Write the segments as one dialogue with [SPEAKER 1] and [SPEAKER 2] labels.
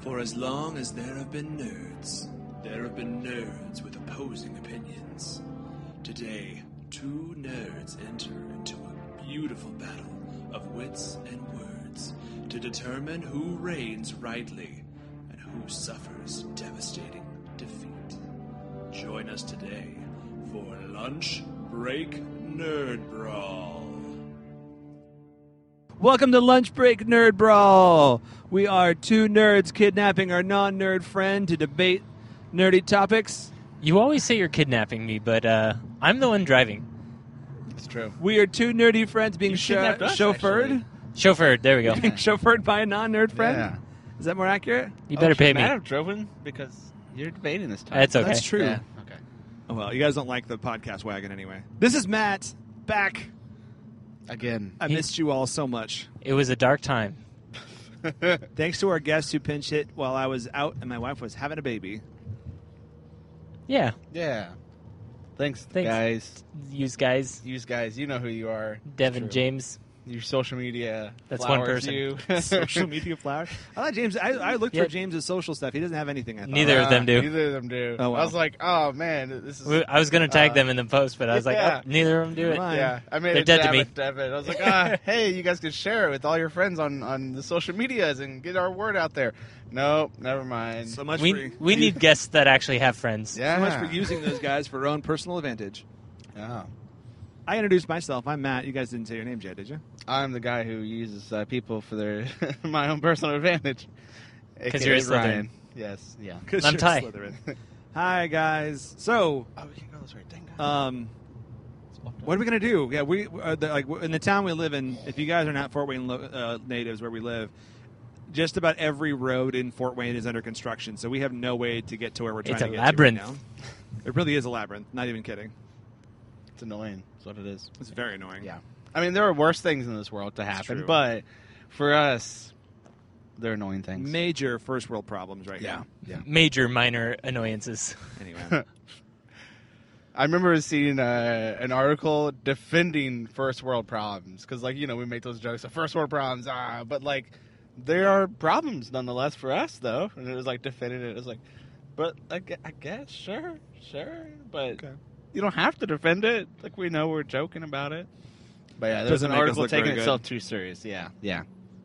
[SPEAKER 1] For as long as there have been nerds, there have been nerds with opposing opinions. Today, two nerds enter into a beautiful battle of wits and words to determine who reigns rightly and who suffers devastating defeat. Join us today for Lunch Break Nerd Brawl.
[SPEAKER 2] Welcome to Lunch Break Nerd Brawl. We are two nerds kidnapping our non nerd friend to debate nerdy topics.
[SPEAKER 3] You always say you're kidnapping me, but uh, I'm the one driving.
[SPEAKER 4] It's true.
[SPEAKER 2] We are two nerdy friends being
[SPEAKER 4] You
[SPEAKER 2] sho-
[SPEAKER 4] kidnapped us,
[SPEAKER 2] Uh, chauffeured,
[SPEAKER 3] Chauffeur, there we go.
[SPEAKER 2] being chauffeured by a non nerd friend. Oh,
[SPEAKER 4] Yeah.
[SPEAKER 2] Is that more accurate?
[SPEAKER 3] You better pay me.
[SPEAKER 4] I have driven because you're debating this time.
[SPEAKER 3] That's okay.
[SPEAKER 2] That's true.
[SPEAKER 4] Yeah, okay.
[SPEAKER 2] Oh, well, you guys don't like the podcast wagon anyway. This is Matt back.
[SPEAKER 4] Again.
[SPEAKER 2] I
[SPEAKER 3] He-
[SPEAKER 2] missed you all so much.
[SPEAKER 3] It was a dark time.
[SPEAKER 2] Thanks to our guests who pinch hit while I was out and my wife was having a baby.
[SPEAKER 3] Yeah,
[SPEAKER 4] yeah. Thanks,
[SPEAKER 3] Thanks.
[SPEAKER 4] guys.
[SPEAKER 3] use guys.
[SPEAKER 4] You guys, you know who you are.
[SPEAKER 3] Devin
[SPEAKER 4] True.
[SPEAKER 3] James.
[SPEAKER 4] Your social media.
[SPEAKER 3] That's one
[SPEAKER 4] flowers
[SPEAKER 3] person.
[SPEAKER 4] You.
[SPEAKER 2] Social media flower. I thought James. I, I looked
[SPEAKER 3] Yeah.
[SPEAKER 2] for James's social stuff. He doesn't have anything. I thought.
[SPEAKER 3] Neither of them do.
[SPEAKER 4] Neither of them do.
[SPEAKER 2] Oh, wow.
[SPEAKER 4] I was like, oh man, this is.
[SPEAKER 3] We- I was gonna tag
[SPEAKER 4] Uh,
[SPEAKER 3] them in the post, but I was like,
[SPEAKER 4] yeah.
[SPEAKER 3] oh, neither of them do it.
[SPEAKER 2] Mine.
[SPEAKER 4] yeah, I made
[SPEAKER 3] They're
[SPEAKER 4] a
[SPEAKER 3] dead to
[SPEAKER 4] jab
[SPEAKER 3] me.
[SPEAKER 4] at Devin. I was like, ah, hey, you guys could share it with all your friends on on the social medias and get our word out there. Nope, never mind.
[SPEAKER 2] So much
[SPEAKER 3] We
[SPEAKER 2] for,
[SPEAKER 3] we need guests that actually have friends.
[SPEAKER 4] yeah.
[SPEAKER 2] so much for using those guys for your own personal advantage.
[SPEAKER 4] Oh.
[SPEAKER 2] I introduced myself. I'm Matt. You guys didn't say your names yet, did you?
[SPEAKER 4] I'm the guy who uses uh, people for their my own personal advantage.
[SPEAKER 3] 'Cause you're a
[SPEAKER 4] AKA
[SPEAKER 3] Slytherin.
[SPEAKER 4] Yes. Yeah.
[SPEAKER 3] I'm
[SPEAKER 2] you're
[SPEAKER 3] Ty.
[SPEAKER 2] Slytherin. Hi guys. So,
[SPEAKER 4] Oh, we can go this way. Dang.
[SPEAKER 2] um, what are we gonna do? Yeah, we uh, the, like in the town we live in. If you guys are not Fort Wayne lo- uh, natives, where we live, just about every road in Fort Wayne is under construction. So we have no way to get to where we're trying
[SPEAKER 3] It's
[SPEAKER 2] to
[SPEAKER 3] a
[SPEAKER 2] get
[SPEAKER 3] labyrinth.
[SPEAKER 2] to right now. It really is a labyrinth. Not even kidding.
[SPEAKER 4] It's annoying. That's what it is.
[SPEAKER 2] It's very annoying.
[SPEAKER 4] Yeah. I mean, there are worse things in this world to happen,
[SPEAKER 2] true.
[SPEAKER 4] but for us, they're annoying things.
[SPEAKER 2] Major first world problems right
[SPEAKER 4] yeah.
[SPEAKER 2] now.
[SPEAKER 4] Yeah.
[SPEAKER 3] Major, minor annoyances.
[SPEAKER 2] Anyway,
[SPEAKER 4] I remember seeing uh, an article defending first world problems because, like, you know, we make those jokes of first world problems, ah, but like, there are problems nonetheless for us, though. And it was like defending it. It was like, but I, gue- I guess, sure, sure, but
[SPEAKER 2] Okay.
[SPEAKER 4] you don't have to defend it. Like, we know we're joking about it. But yeah, there's
[SPEAKER 2] Doesn't make
[SPEAKER 4] an
[SPEAKER 2] us
[SPEAKER 4] article
[SPEAKER 2] look very
[SPEAKER 4] taking
[SPEAKER 2] good.
[SPEAKER 4] itself too serious. Yeah, yeah.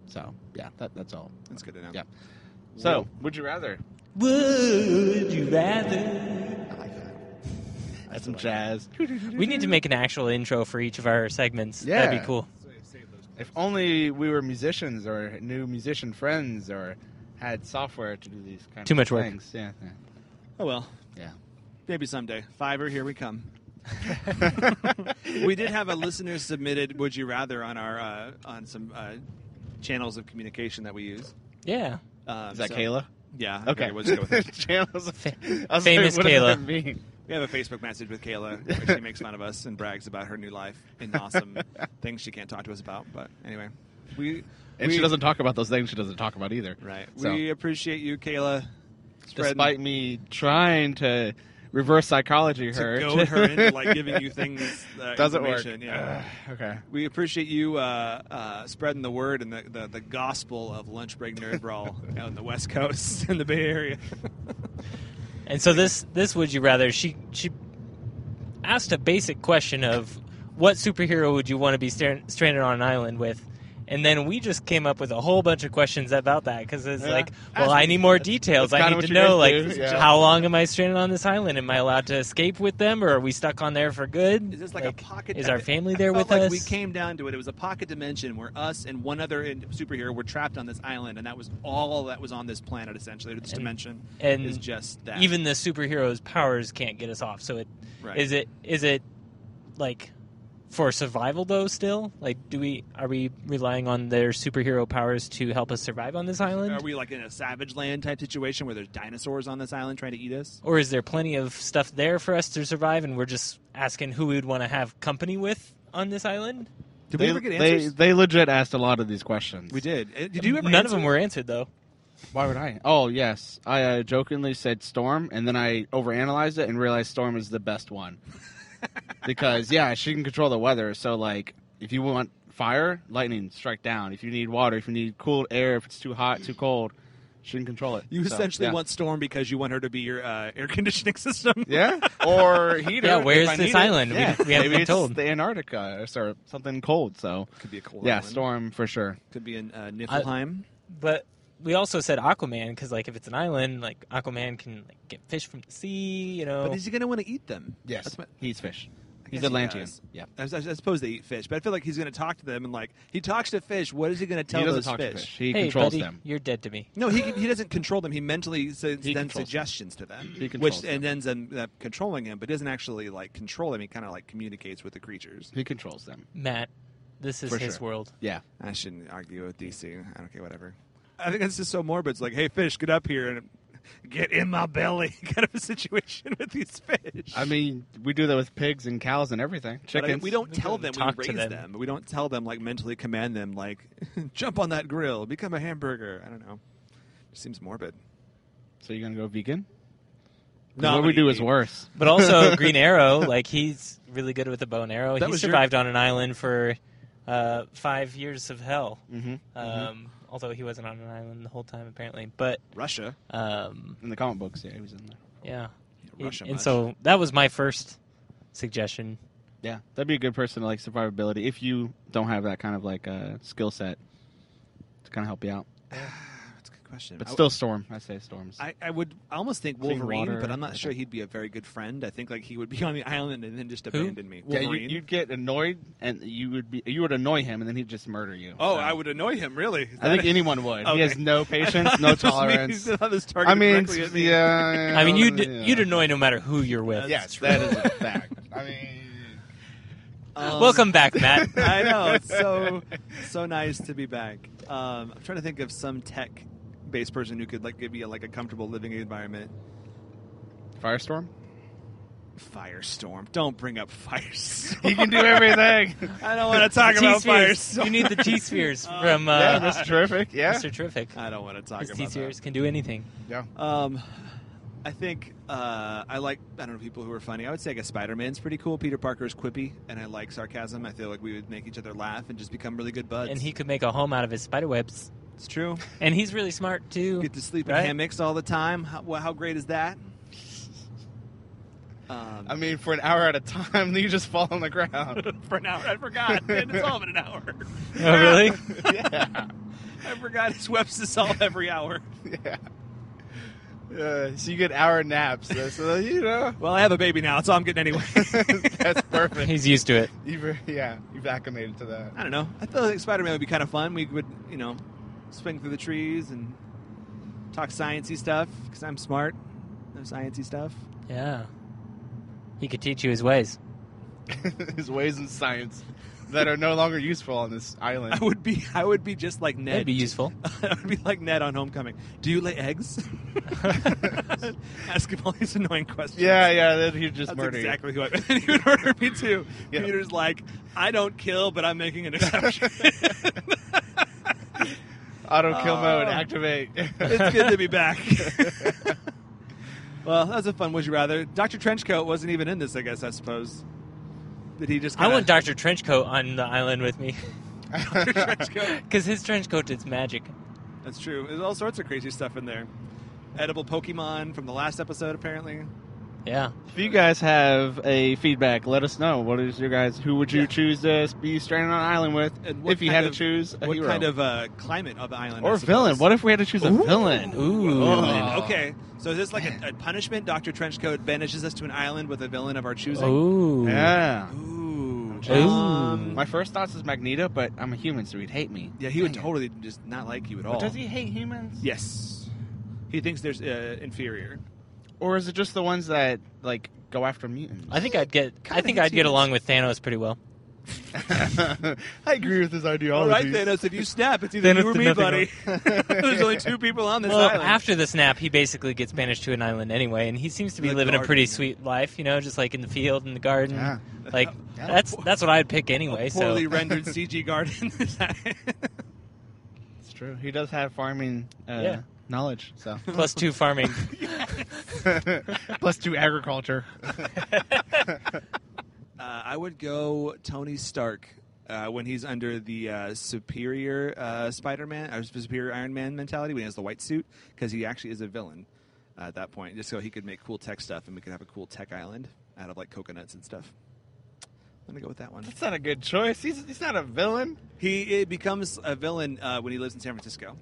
[SPEAKER 4] So yeah, that, that's all.
[SPEAKER 2] that's good to know.
[SPEAKER 4] Yeah. So, would you rather?
[SPEAKER 3] Would you rather?
[SPEAKER 4] I like that. That's some jazz.
[SPEAKER 3] We need to make an actual intro for each of our segments. That'd
[SPEAKER 4] Yeah.
[SPEAKER 3] be cool.
[SPEAKER 4] If only we were musicians or new musician friends or had software to do these kinds
[SPEAKER 3] Too
[SPEAKER 4] of
[SPEAKER 3] much work.
[SPEAKER 4] things. Yeah,
[SPEAKER 2] Oh well.
[SPEAKER 4] yeah.
[SPEAKER 2] Maybe someday. Fiverr, here we come.
[SPEAKER 4] yeah.
[SPEAKER 2] we did have a listener submitted "Would You Rather" on our uh, on some uh, channels of communication that we use.
[SPEAKER 3] Yeah.
[SPEAKER 2] Um,
[SPEAKER 4] Is that
[SPEAKER 2] so-
[SPEAKER 4] Kayla?
[SPEAKER 2] Yeah. I
[SPEAKER 4] Okay.
[SPEAKER 2] figured we'll just go with it.
[SPEAKER 4] Channels.
[SPEAKER 3] Fa-
[SPEAKER 4] I was
[SPEAKER 3] famous
[SPEAKER 4] like, what does
[SPEAKER 3] Kayla.
[SPEAKER 4] that mean?
[SPEAKER 2] We have a Facebook message with Kayla where she makes fun of us and brags about her new life and awesome things she can't talk to us about. But anyway, we
[SPEAKER 4] And
[SPEAKER 2] we-
[SPEAKER 4] she doesn't talk about those things she doesn't talk about either.
[SPEAKER 2] Right.
[SPEAKER 4] So,
[SPEAKER 2] We appreciate you, Kayla. spreading-
[SPEAKER 4] despite me trying to reverse psychology
[SPEAKER 2] to
[SPEAKER 4] her,
[SPEAKER 2] goad her into like giving you things. Uh,
[SPEAKER 4] doesn't work.
[SPEAKER 2] information. Yeah.
[SPEAKER 4] Ugh, okay.
[SPEAKER 2] We appreciate you uh, uh, spreading the word and the, the, the gospel of Lunch Break Nerd Brawl out in the West Coast in the Bay Area.
[SPEAKER 3] And so this this would you rather she she asked a basic question of what superhero would you want to be stra- stranded on an island with, and then we just came up with a whole bunch of questions about that because it's
[SPEAKER 4] Yeah.
[SPEAKER 3] like, well,
[SPEAKER 4] Ask
[SPEAKER 3] I
[SPEAKER 4] me.
[SPEAKER 3] need more details.
[SPEAKER 4] that's
[SPEAKER 3] I
[SPEAKER 4] kinda
[SPEAKER 3] need
[SPEAKER 4] what
[SPEAKER 3] to
[SPEAKER 4] you guys
[SPEAKER 3] know like
[SPEAKER 4] do, yeah.
[SPEAKER 3] how long am I stranded on this island? Am I allowed to escape with them, or are we stuck on there for good?
[SPEAKER 2] Is this like, a pocket?
[SPEAKER 3] Is our family
[SPEAKER 2] I
[SPEAKER 3] there
[SPEAKER 2] felt
[SPEAKER 3] with
[SPEAKER 2] like
[SPEAKER 3] us?
[SPEAKER 2] We came down to it. It was a pocket dimension where us and one other in- superhero were trapped on this island, and that was all that was on this planet essentially. or This
[SPEAKER 3] And-
[SPEAKER 2] dimension
[SPEAKER 3] and
[SPEAKER 2] is just that.
[SPEAKER 3] Even the superhero's powers can't get us off. So it
[SPEAKER 2] right.
[SPEAKER 3] Is it is it like for survival though? Still, like, do we are we relying on their superhero powers to help us survive on this island,
[SPEAKER 2] Are we like in a savage land type situation where there's dinosaurs on this island trying to eat us?
[SPEAKER 3] or is there plenty of stuff there for us to survive, and we're just asking who we'd want to have company with on this island?
[SPEAKER 2] Did
[SPEAKER 4] they,
[SPEAKER 2] we ever get
[SPEAKER 4] they-
[SPEAKER 2] answers?
[SPEAKER 4] They, legit asked a lot of these questions.
[SPEAKER 2] we did. Uh, Did you ever?
[SPEAKER 3] None of
[SPEAKER 2] answer?
[SPEAKER 3] them were answered though.
[SPEAKER 4] Why would I? Oh yes, I uh, jokingly said Storm, and then I overanalyzed it and realized Storm is the best one because yeah, she can control the weather. So like, if you want fire, lightning strike down. If you need water, if you need cool air, if it's too hot, too cold, She can control it.
[SPEAKER 2] You
[SPEAKER 4] So,
[SPEAKER 2] essentially
[SPEAKER 4] yeah.
[SPEAKER 2] want Storm because you want her to be your uh, air conditioning system.
[SPEAKER 4] Yeah, or heater.
[SPEAKER 3] Yeah,
[SPEAKER 4] if
[SPEAKER 3] where's
[SPEAKER 4] I
[SPEAKER 3] this
[SPEAKER 4] need it.
[SPEAKER 3] island? We-
[SPEAKER 4] Yeah.
[SPEAKER 3] we haven't
[SPEAKER 4] Maybe
[SPEAKER 3] been
[SPEAKER 4] it's
[SPEAKER 3] told.
[SPEAKER 4] the Antarctica or sort of something cold. So
[SPEAKER 2] Could be a cool
[SPEAKER 4] yeah,
[SPEAKER 2] island.
[SPEAKER 4] storm for sure.
[SPEAKER 2] Could be in uh, Niflheim.
[SPEAKER 3] But we also said Aquaman because like if it's an island, like Aquaman can like, get fish from the sea. You know,
[SPEAKER 2] But is he going to want to eat them?
[SPEAKER 4] Yes,
[SPEAKER 2] That's my-
[SPEAKER 4] he's fish.
[SPEAKER 2] I guess
[SPEAKER 4] He's
[SPEAKER 2] he
[SPEAKER 4] Atlantean.
[SPEAKER 2] does.
[SPEAKER 4] Yeah,
[SPEAKER 2] I, I, I suppose they eat fish, but I feel like he's going to talk to them and like he talks to fish. What is he going to tell
[SPEAKER 4] he doesn't
[SPEAKER 2] those
[SPEAKER 4] talk
[SPEAKER 2] fish?
[SPEAKER 4] to fish. He
[SPEAKER 3] hey
[SPEAKER 4] controls
[SPEAKER 3] buddy,
[SPEAKER 4] them.
[SPEAKER 3] you're dead to me.
[SPEAKER 2] No, he he doesn't control them. He mentally sends
[SPEAKER 4] He
[SPEAKER 2] them
[SPEAKER 4] controls them.
[SPEAKER 2] suggestions to them,
[SPEAKER 4] He
[SPEAKER 2] which
[SPEAKER 4] controls
[SPEAKER 2] and ends them up controlling him, but doesn't actually like control them. He kind of like communicates with the creatures.
[SPEAKER 4] He controls them.
[SPEAKER 3] Matt, this is
[SPEAKER 4] For
[SPEAKER 3] his
[SPEAKER 4] sure.
[SPEAKER 3] world.
[SPEAKER 4] Yeah.
[SPEAKER 2] I shouldn't argue with DC. I don't care, whatever. I think it's just so morbid. It's like, hey, fish, get up here and get in my belly, kind of a situation with these fish.
[SPEAKER 4] I mean, we do that with pigs and cows and everything.
[SPEAKER 2] But I-
[SPEAKER 4] Chickens.
[SPEAKER 2] we don't
[SPEAKER 3] We
[SPEAKER 2] tell
[SPEAKER 3] don't
[SPEAKER 2] them
[SPEAKER 3] talk to
[SPEAKER 2] we raise
[SPEAKER 3] them.
[SPEAKER 2] them. We don't tell them like mentally command them like jump on that grill, become a hamburger. I don't know. It seems morbid.
[SPEAKER 4] So you're gonna go vegan? 'Cause
[SPEAKER 2] No, I'm
[SPEAKER 4] what we
[SPEAKER 2] gonna
[SPEAKER 4] do
[SPEAKER 2] eat
[SPEAKER 4] is
[SPEAKER 2] meat.
[SPEAKER 4] worse.
[SPEAKER 3] But also Green Arrow, like he's really good with the bow and arrow.
[SPEAKER 2] That
[SPEAKER 3] he
[SPEAKER 2] was your-
[SPEAKER 3] survived on an island for uh, five years of hell.
[SPEAKER 4] Mm-hmm.
[SPEAKER 3] Um,
[SPEAKER 2] Uh,
[SPEAKER 3] Although he wasn't on an island the whole time, apparently. But
[SPEAKER 2] Russia,
[SPEAKER 3] um,
[SPEAKER 4] In the comic books, yeah, he was in there.
[SPEAKER 3] yeah,
[SPEAKER 2] Russia.
[SPEAKER 3] and
[SPEAKER 2] much.
[SPEAKER 3] so that was my first suggestion.
[SPEAKER 4] Yeah, that'd be a good person to like survivability if you don't have that kind of like uh, skill set to kind of help you out.
[SPEAKER 2] that's a good question.
[SPEAKER 4] But
[SPEAKER 2] I-
[SPEAKER 4] still, storm. I say storms.
[SPEAKER 2] I, I would I almost think
[SPEAKER 4] Clean
[SPEAKER 2] Wolverine,
[SPEAKER 4] water,
[SPEAKER 2] but I'm not
[SPEAKER 4] I
[SPEAKER 2] sure
[SPEAKER 4] think.
[SPEAKER 2] he'd be a very good friend. I think like he would be on the island and then just
[SPEAKER 3] Who?
[SPEAKER 2] abandon me.
[SPEAKER 4] yeah, you,
[SPEAKER 2] Wolverine.
[SPEAKER 4] you'd get annoyed, and you would be you would annoy him, and then he'd just murder you.
[SPEAKER 2] oh,
[SPEAKER 4] So,
[SPEAKER 2] I would annoy him. Really? Is
[SPEAKER 4] I think
[SPEAKER 2] that-
[SPEAKER 4] anyone would. He has
[SPEAKER 2] Okay.
[SPEAKER 4] no patience, no
[SPEAKER 2] That's just me.
[SPEAKER 4] tolerance.
[SPEAKER 2] That was targeted
[SPEAKER 4] I mean,
[SPEAKER 2] directly at me.
[SPEAKER 4] yeah.
[SPEAKER 3] I mean, you'd
[SPEAKER 4] yeah.
[SPEAKER 3] you'd annoy no matter who you're with.
[SPEAKER 4] Yes, that is a fact. I mean,
[SPEAKER 2] Um,
[SPEAKER 3] Welcome back, Matt.
[SPEAKER 2] I know. It's so so nice to be back. Um, I'm trying to think of some tech-based person who could like give you like a comfortable living environment.
[SPEAKER 4] firestorm.
[SPEAKER 2] Firestorm. Don't bring up Firestorm.
[SPEAKER 4] He can do everything.
[SPEAKER 2] I don't want to talk about
[SPEAKER 3] T-spheres.
[SPEAKER 2] Firestorm.
[SPEAKER 3] You need the T spheres from uh,
[SPEAKER 4] yeah, that's terrific. Yeah, Uh,
[SPEAKER 3] Mr. Terrific.
[SPEAKER 2] I don't want to talk
[SPEAKER 3] His
[SPEAKER 2] about
[SPEAKER 3] T
[SPEAKER 2] that.
[SPEAKER 3] spheres can do anything.
[SPEAKER 4] yeah.
[SPEAKER 2] Um, I think uh, I like I don't know people who are funny. I would say I guess Spider Man's pretty cool. Peter Parker is quippy, and I like sarcasm. I feel like we would make each other laugh and just become really good buds.
[SPEAKER 3] And he could make a home out of his spider webs.
[SPEAKER 2] it's true.
[SPEAKER 3] And he's really smart too.
[SPEAKER 2] Get to sleep
[SPEAKER 3] Right?
[SPEAKER 2] in hammocks all the time. How, well, how great is that? Um,
[SPEAKER 4] I mean, for an hour at a time, you just fall on the ground.
[SPEAKER 2] for an hour, I forgot. Man, it's all in an hour.
[SPEAKER 3] Oh, really?
[SPEAKER 4] yeah,
[SPEAKER 2] I forgot his webs to solve every hour.
[SPEAKER 4] yeah. Uh, so you get hour naps. So, so, you know,
[SPEAKER 2] Well, I have a baby now, so I'm getting anyway.
[SPEAKER 4] that's perfect.
[SPEAKER 3] He's used to it.
[SPEAKER 4] You've, yeah, you've acclimated to that.
[SPEAKER 2] I don't know. I feel like Spider Man would be kind of fun. We would, you know, swing through the trees and talk sciencey stuff because I'm smart. No sciencey stuff.
[SPEAKER 3] Yeah. He could teach you his ways.
[SPEAKER 4] His ways in science that are no longer useful on this island.
[SPEAKER 2] I would be, I would be just like Ned.
[SPEAKER 3] That'd be useful.
[SPEAKER 2] I would be like Ned on Homecoming. Do you lay eggs? Ask him all these annoying questions.
[SPEAKER 4] yeah, yeah. Then he'd just
[SPEAKER 2] That's
[SPEAKER 4] murder you.
[SPEAKER 2] exactly who I. And he would murder me too.
[SPEAKER 4] Yeah.
[SPEAKER 2] Peter's like, I don't kill, but I'm making an exception.
[SPEAKER 4] Auto kill
[SPEAKER 2] Oh.
[SPEAKER 4] mode activate.
[SPEAKER 2] it's good to be back. well, that was a fun Would You Rather. Dr. Trenchcoat wasn't even in this, I guess, I suppose. Did he just
[SPEAKER 3] I
[SPEAKER 2] kinda-
[SPEAKER 3] want Dr. Trenchcoat on the island with me. Because his trenchcoat is magic.
[SPEAKER 2] That's true. There's all sorts of crazy stuff in there. Edible Pokemon from the last episode, apparently.
[SPEAKER 3] Yeah.
[SPEAKER 4] If you guys have a feedback, let us know. What is your guys? Who would you
[SPEAKER 2] Yeah.
[SPEAKER 4] choose to be stranded on an island with?
[SPEAKER 2] And what
[SPEAKER 4] If you
[SPEAKER 2] kind
[SPEAKER 4] had to
[SPEAKER 2] of-
[SPEAKER 4] choose a
[SPEAKER 2] what
[SPEAKER 4] hero.
[SPEAKER 2] kind of uh, climate of the island? I
[SPEAKER 4] or villain?
[SPEAKER 2] suppose.
[SPEAKER 4] What if we had to choose a villain?
[SPEAKER 3] Ooh.
[SPEAKER 4] Oh.
[SPEAKER 2] Okay, so is this like a, a punishment? Dr. Trenchcoat banishes us to an island with a villain of our choosing.
[SPEAKER 3] Ooh.
[SPEAKER 4] Yeah.
[SPEAKER 2] Ooh.
[SPEAKER 3] Ooh.
[SPEAKER 2] Um,
[SPEAKER 4] My first thoughts is Magneto, but I'm a human, so he'd hate me.
[SPEAKER 2] yeah, he would
[SPEAKER 4] Dang it.
[SPEAKER 2] totally just not like you at all.
[SPEAKER 4] But does he hate humans?
[SPEAKER 2] Yes. He thinks there's uh, inferior.
[SPEAKER 4] Or is it just the ones that like go after mutants?
[SPEAKER 3] I think I'd get I
[SPEAKER 2] Kinda
[SPEAKER 3] think
[SPEAKER 2] hates
[SPEAKER 3] I'd get
[SPEAKER 2] humans.
[SPEAKER 3] along with Thanos pretty well.
[SPEAKER 4] I agree with his
[SPEAKER 2] All
[SPEAKER 4] ideology.
[SPEAKER 2] right, Thanos, if you snap, it's either
[SPEAKER 3] Oh, Thanos
[SPEAKER 2] you or
[SPEAKER 3] did
[SPEAKER 2] me,
[SPEAKER 3] nothing
[SPEAKER 2] buddy. There's only two people on this
[SPEAKER 3] Well,
[SPEAKER 2] island.
[SPEAKER 3] after the snap, he basically gets banished to an island anyway, and he seems to be
[SPEAKER 2] The
[SPEAKER 3] living a
[SPEAKER 2] garden,
[SPEAKER 3] pretty
[SPEAKER 2] yeah.
[SPEAKER 3] sweet life, you know, just like in the field, in the garden.
[SPEAKER 4] Yeah.
[SPEAKER 3] Like
[SPEAKER 4] Yeah.
[SPEAKER 3] that's that's what I'd pick anyway. So
[SPEAKER 2] Poorly rendered CG garden.
[SPEAKER 4] It's true. He does have farming uh,
[SPEAKER 3] Yeah.
[SPEAKER 4] knowledge, so
[SPEAKER 3] plus two farming.
[SPEAKER 4] plus two agriculture.
[SPEAKER 2] uh, I would go Tony Stark uh, when he's under the uh, superior uh, Spider-Man or superior Iron Man mentality when he has the white suit because he actually is a villain uh, at that point, just so he could make cool tech stuff and we could have a cool tech island out of like coconuts and stuff. I'm gonna go with that one.
[SPEAKER 4] That's not a good choice. He's, he's not a villain.
[SPEAKER 2] He it becomes a villain uh, when he lives in San Francisco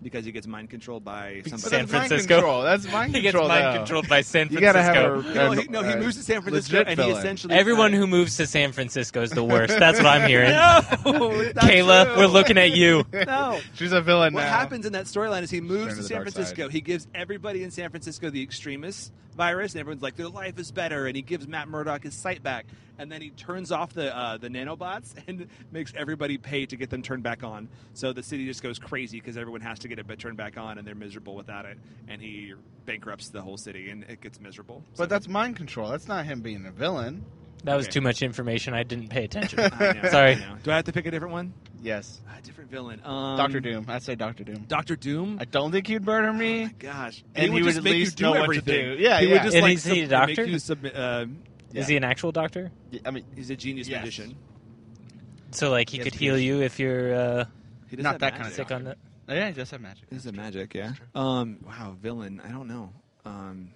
[SPEAKER 2] because he gets mind controlled by
[SPEAKER 3] Be-
[SPEAKER 2] somebody.
[SPEAKER 3] San
[SPEAKER 4] That's mind
[SPEAKER 3] Francisco.
[SPEAKER 4] control. That's mind
[SPEAKER 3] He
[SPEAKER 4] control.
[SPEAKER 3] gets mind
[SPEAKER 4] though.
[SPEAKER 3] controlled by San
[SPEAKER 4] You gotta
[SPEAKER 3] Francisco.
[SPEAKER 4] have a-
[SPEAKER 2] no, he, no, he
[SPEAKER 4] uh,
[SPEAKER 2] moves to San Francisco
[SPEAKER 4] legit
[SPEAKER 2] and he
[SPEAKER 4] villain.
[SPEAKER 2] essentially
[SPEAKER 3] Everyone
[SPEAKER 2] uh,
[SPEAKER 3] who moves to San Francisco is the worst. That's what I'm hearing.
[SPEAKER 2] No, it's not
[SPEAKER 3] Kayla,
[SPEAKER 2] true.
[SPEAKER 3] we're looking at you.
[SPEAKER 2] no.
[SPEAKER 4] She's a villain
[SPEAKER 2] What
[SPEAKER 4] now.
[SPEAKER 2] happens in that storyline is he moves to
[SPEAKER 4] Turn to the
[SPEAKER 2] San
[SPEAKER 4] dark
[SPEAKER 2] Francisco.
[SPEAKER 4] side.
[SPEAKER 2] He gives everybody in San Francisco the extremist virus, and everyone's like, "Their life is better." And he gives Matt Murdock his sight back, and then he turns off the uh, the nanobots and makes everybody pay to get them turned back on. So the city just goes crazy because everyone has to get it turned back on, and they're miserable without it. And he bankrupts the whole city, and it gets miserable.
[SPEAKER 4] But that's mind control. That's not him being a villain.
[SPEAKER 3] That was
[SPEAKER 2] Okay.
[SPEAKER 3] too much information. I didn't pay attention.
[SPEAKER 2] I know,
[SPEAKER 3] Sorry.
[SPEAKER 2] I know. Do I have to pick a different one?
[SPEAKER 4] Yes.
[SPEAKER 2] A different villain. Um,
[SPEAKER 4] Doctor Doom. I say Doctor Doom.
[SPEAKER 2] Doctor Doom.
[SPEAKER 4] I don't think he'd murder me.
[SPEAKER 2] my gosh.
[SPEAKER 4] Oh And
[SPEAKER 2] he would
[SPEAKER 4] he would
[SPEAKER 2] just
[SPEAKER 4] at
[SPEAKER 2] make
[SPEAKER 4] least
[SPEAKER 2] you do
[SPEAKER 4] know what to
[SPEAKER 2] everything.
[SPEAKER 4] do. Yeah,
[SPEAKER 2] he would
[SPEAKER 4] yeah.
[SPEAKER 2] just
[SPEAKER 3] And
[SPEAKER 2] like
[SPEAKER 3] is he a
[SPEAKER 2] sub-
[SPEAKER 3] doctor?
[SPEAKER 2] Make you submit. Uh,
[SPEAKER 3] Is he an actual doctor?
[SPEAKER 4] I mean,
[SPEAKER 2] he's a genius
[SPEAKER 4] Yes.
[SPEAKER 2] magician.
[SPEAKER 3] So like he
[SPEAKER 4] Yes,
[SPEAKER 3] could
[SPEAKER 4] he
[SPEAKER 3] heal
[SPEAKER 4] is.
[SPEAKER 3] you if you're uh,
[SPEAKER 2] He does
[SPEAKER 4] Not
[SPEAKER 2] have
[SPEAKER 4] that
[SPEAKER 2] magic.
[SPEAKER 4] kind of
[SPEAKER 3] sick
[SPEAKER 4] doctor.
[SPEAKER 3] on that.
[SPEAKER 4] Oh, yeah, he does have magic.
[SPEAKER 2] This is a magic, yeah. Um, wow, villain. I don't know. Um,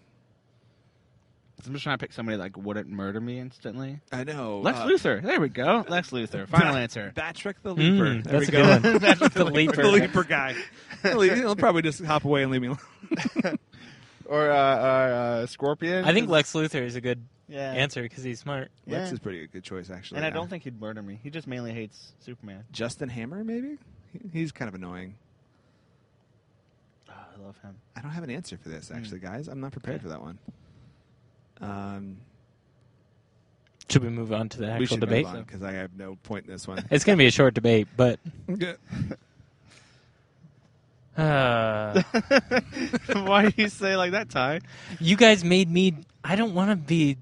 [SPEAKER 4] I'm just trying to pick somebody that like, wouldn't murder me instantly.
[SPEAKER 2] I know.
[SPEAKER 4] Lex
[SPEAKER 2] uh,
[SPEAKER 4] Luthor. There we go. Lex Luthor. Final answer.
[SPEAKER 2] Batrick the Leaper.
[SPEAKER 3] Mm,
[SPEAKER 2] there
[SPEAKER 3] that's a
[SPEAKER 2] we go.
[SPEAKER 3] good one. the
[SPEAKER 2] the
[SPEAKER 3] leaper.
[SPEAKER 2] Leaper guy. He'll, he'll probably just hop away and leave me alone.
[SPEAKER 4] Or uh, uh, uh, Scorpion.
[SPEAKER 3] I think Lex Luthor is a good
[SPEAKER 4] Yeah.
[SPEAKER 3] answer because he's smart.
[SPEAKER 2] Lex is pretty good choice, actually.
[SPEAKER 4] and I
[SPEAKER 2] yeah.
[SPEAKER 4] don't think he'd murder me. He just mainly hates Superman.
[SPEAKER 2] Justin Hammer, maybe. He- He's kind of annoying.
[SPEAKER 4] Oh, I love him.
[SPEAKER 2] I don't have an answer for
[SPEAKER 4] Hmm.
[SPEAKER 2] this, actually, guys. I'm not prepared for that one. Um,
[SPEAKER 3] Should we move on to the
[SPEAKER 2] we
[SPEAKER 3] actual
[SPEAKER 2] should
[SPEAKER 3] debate?
[SPEAKER 2] move on because I have no point in this one.
[SPEAKER 3] It's going to be a short debate, but uh,
[SPEAKER 4] Why do you say like that, Ty?
[SPEAKER 3] you guys made me. I don't want to be.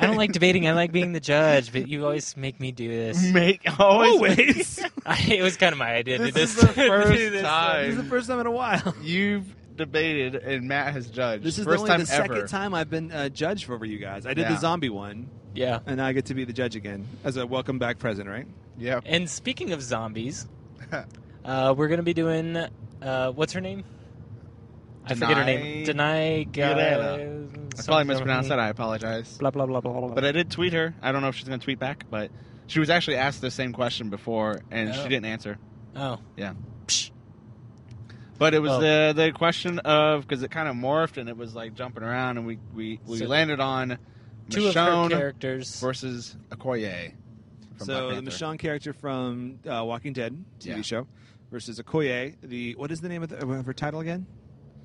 [SPEAKER 3] I don't like debating. I like being the judge, but you always make me do this.
[SPEAKER 4] Make always.
[SPEAKER 2] Always.
[SPEAKER 3] I, it was kind of my idea to do
[SPEAKER 4] This
[SPEAKER 3] this.
[SPEAKER 4] is the
[SPEAKER 3] to
[SPEAKER 4] first
[SPEAKER 3] do this.
[SPEAKER 4] time.
[SPEAKER 2] this is the first time in a while.
[SPEAKER 4] You've debated and Matt has judged.
[SPEAKER 2] This is
[SPEAKER 4] first
[SPEAKER 2] the only
[SPEAKER 4] time
[SPEAKER 2] the
[SPEAKER 4] ever.
[SPEAKER 2] second time I've been uh, judged over you guys. I did the
[SPEAKER 4] Yeah.
[SPEAKER 2] zombie one,
[SPEAKER 3] Yeah.
[SPEAKER 2] and now I get to be the judge again as a welcome back present, right?
[SPEAKER 4] Yep.
[SPEAKER 3] And speaking of zombies, uh, we're going to be doing. Uh, what's her name? I forget her name. Denai
[SPEAKER 4] Guerrero.
[SPEAKER 3] Guerrero-
[SPEAKER 4] I probably mispronounced that. I apologize.
[SPEAKER 3] Blah blah blah blah blah.
[SPEAKER 4] But I did tweet her. I don't know if she's going to tweet back, but she was actually asked the same question before and
[SPEAKER 3] Oh.
[SPEAKER 4] she didn't answer.
[SPEAKER 3] oh,
[SPEAKER 4] Yeah.
[SPEAKER 3] Psh.
[SPEAKER 4] But it was
[SPEAKER 3] Oh.
[SPEAKER 4] the the question of because it kind of morphed and it was like jumping around and we we, we
[SPEAKER 3] So-
[SPEAKER 4] landed on
[SPEAKER 3] two of her
[SPEAKER 4] Michonne
[SPEAKER 3] characters.
[SPEAKER 4] versus Okoye. From
[SPEAKER 2] so
[SPEAKER 4] Black
[SPEAKER 2] the
[SPEAKER 4] Panther.
[SPEAKER 2] Michonne character from uh, Walking Dead TV
[SPEAKER 4] Yeah.
[SPEAKER 2] show versus Okoye. The what is the name of, the, of her title again?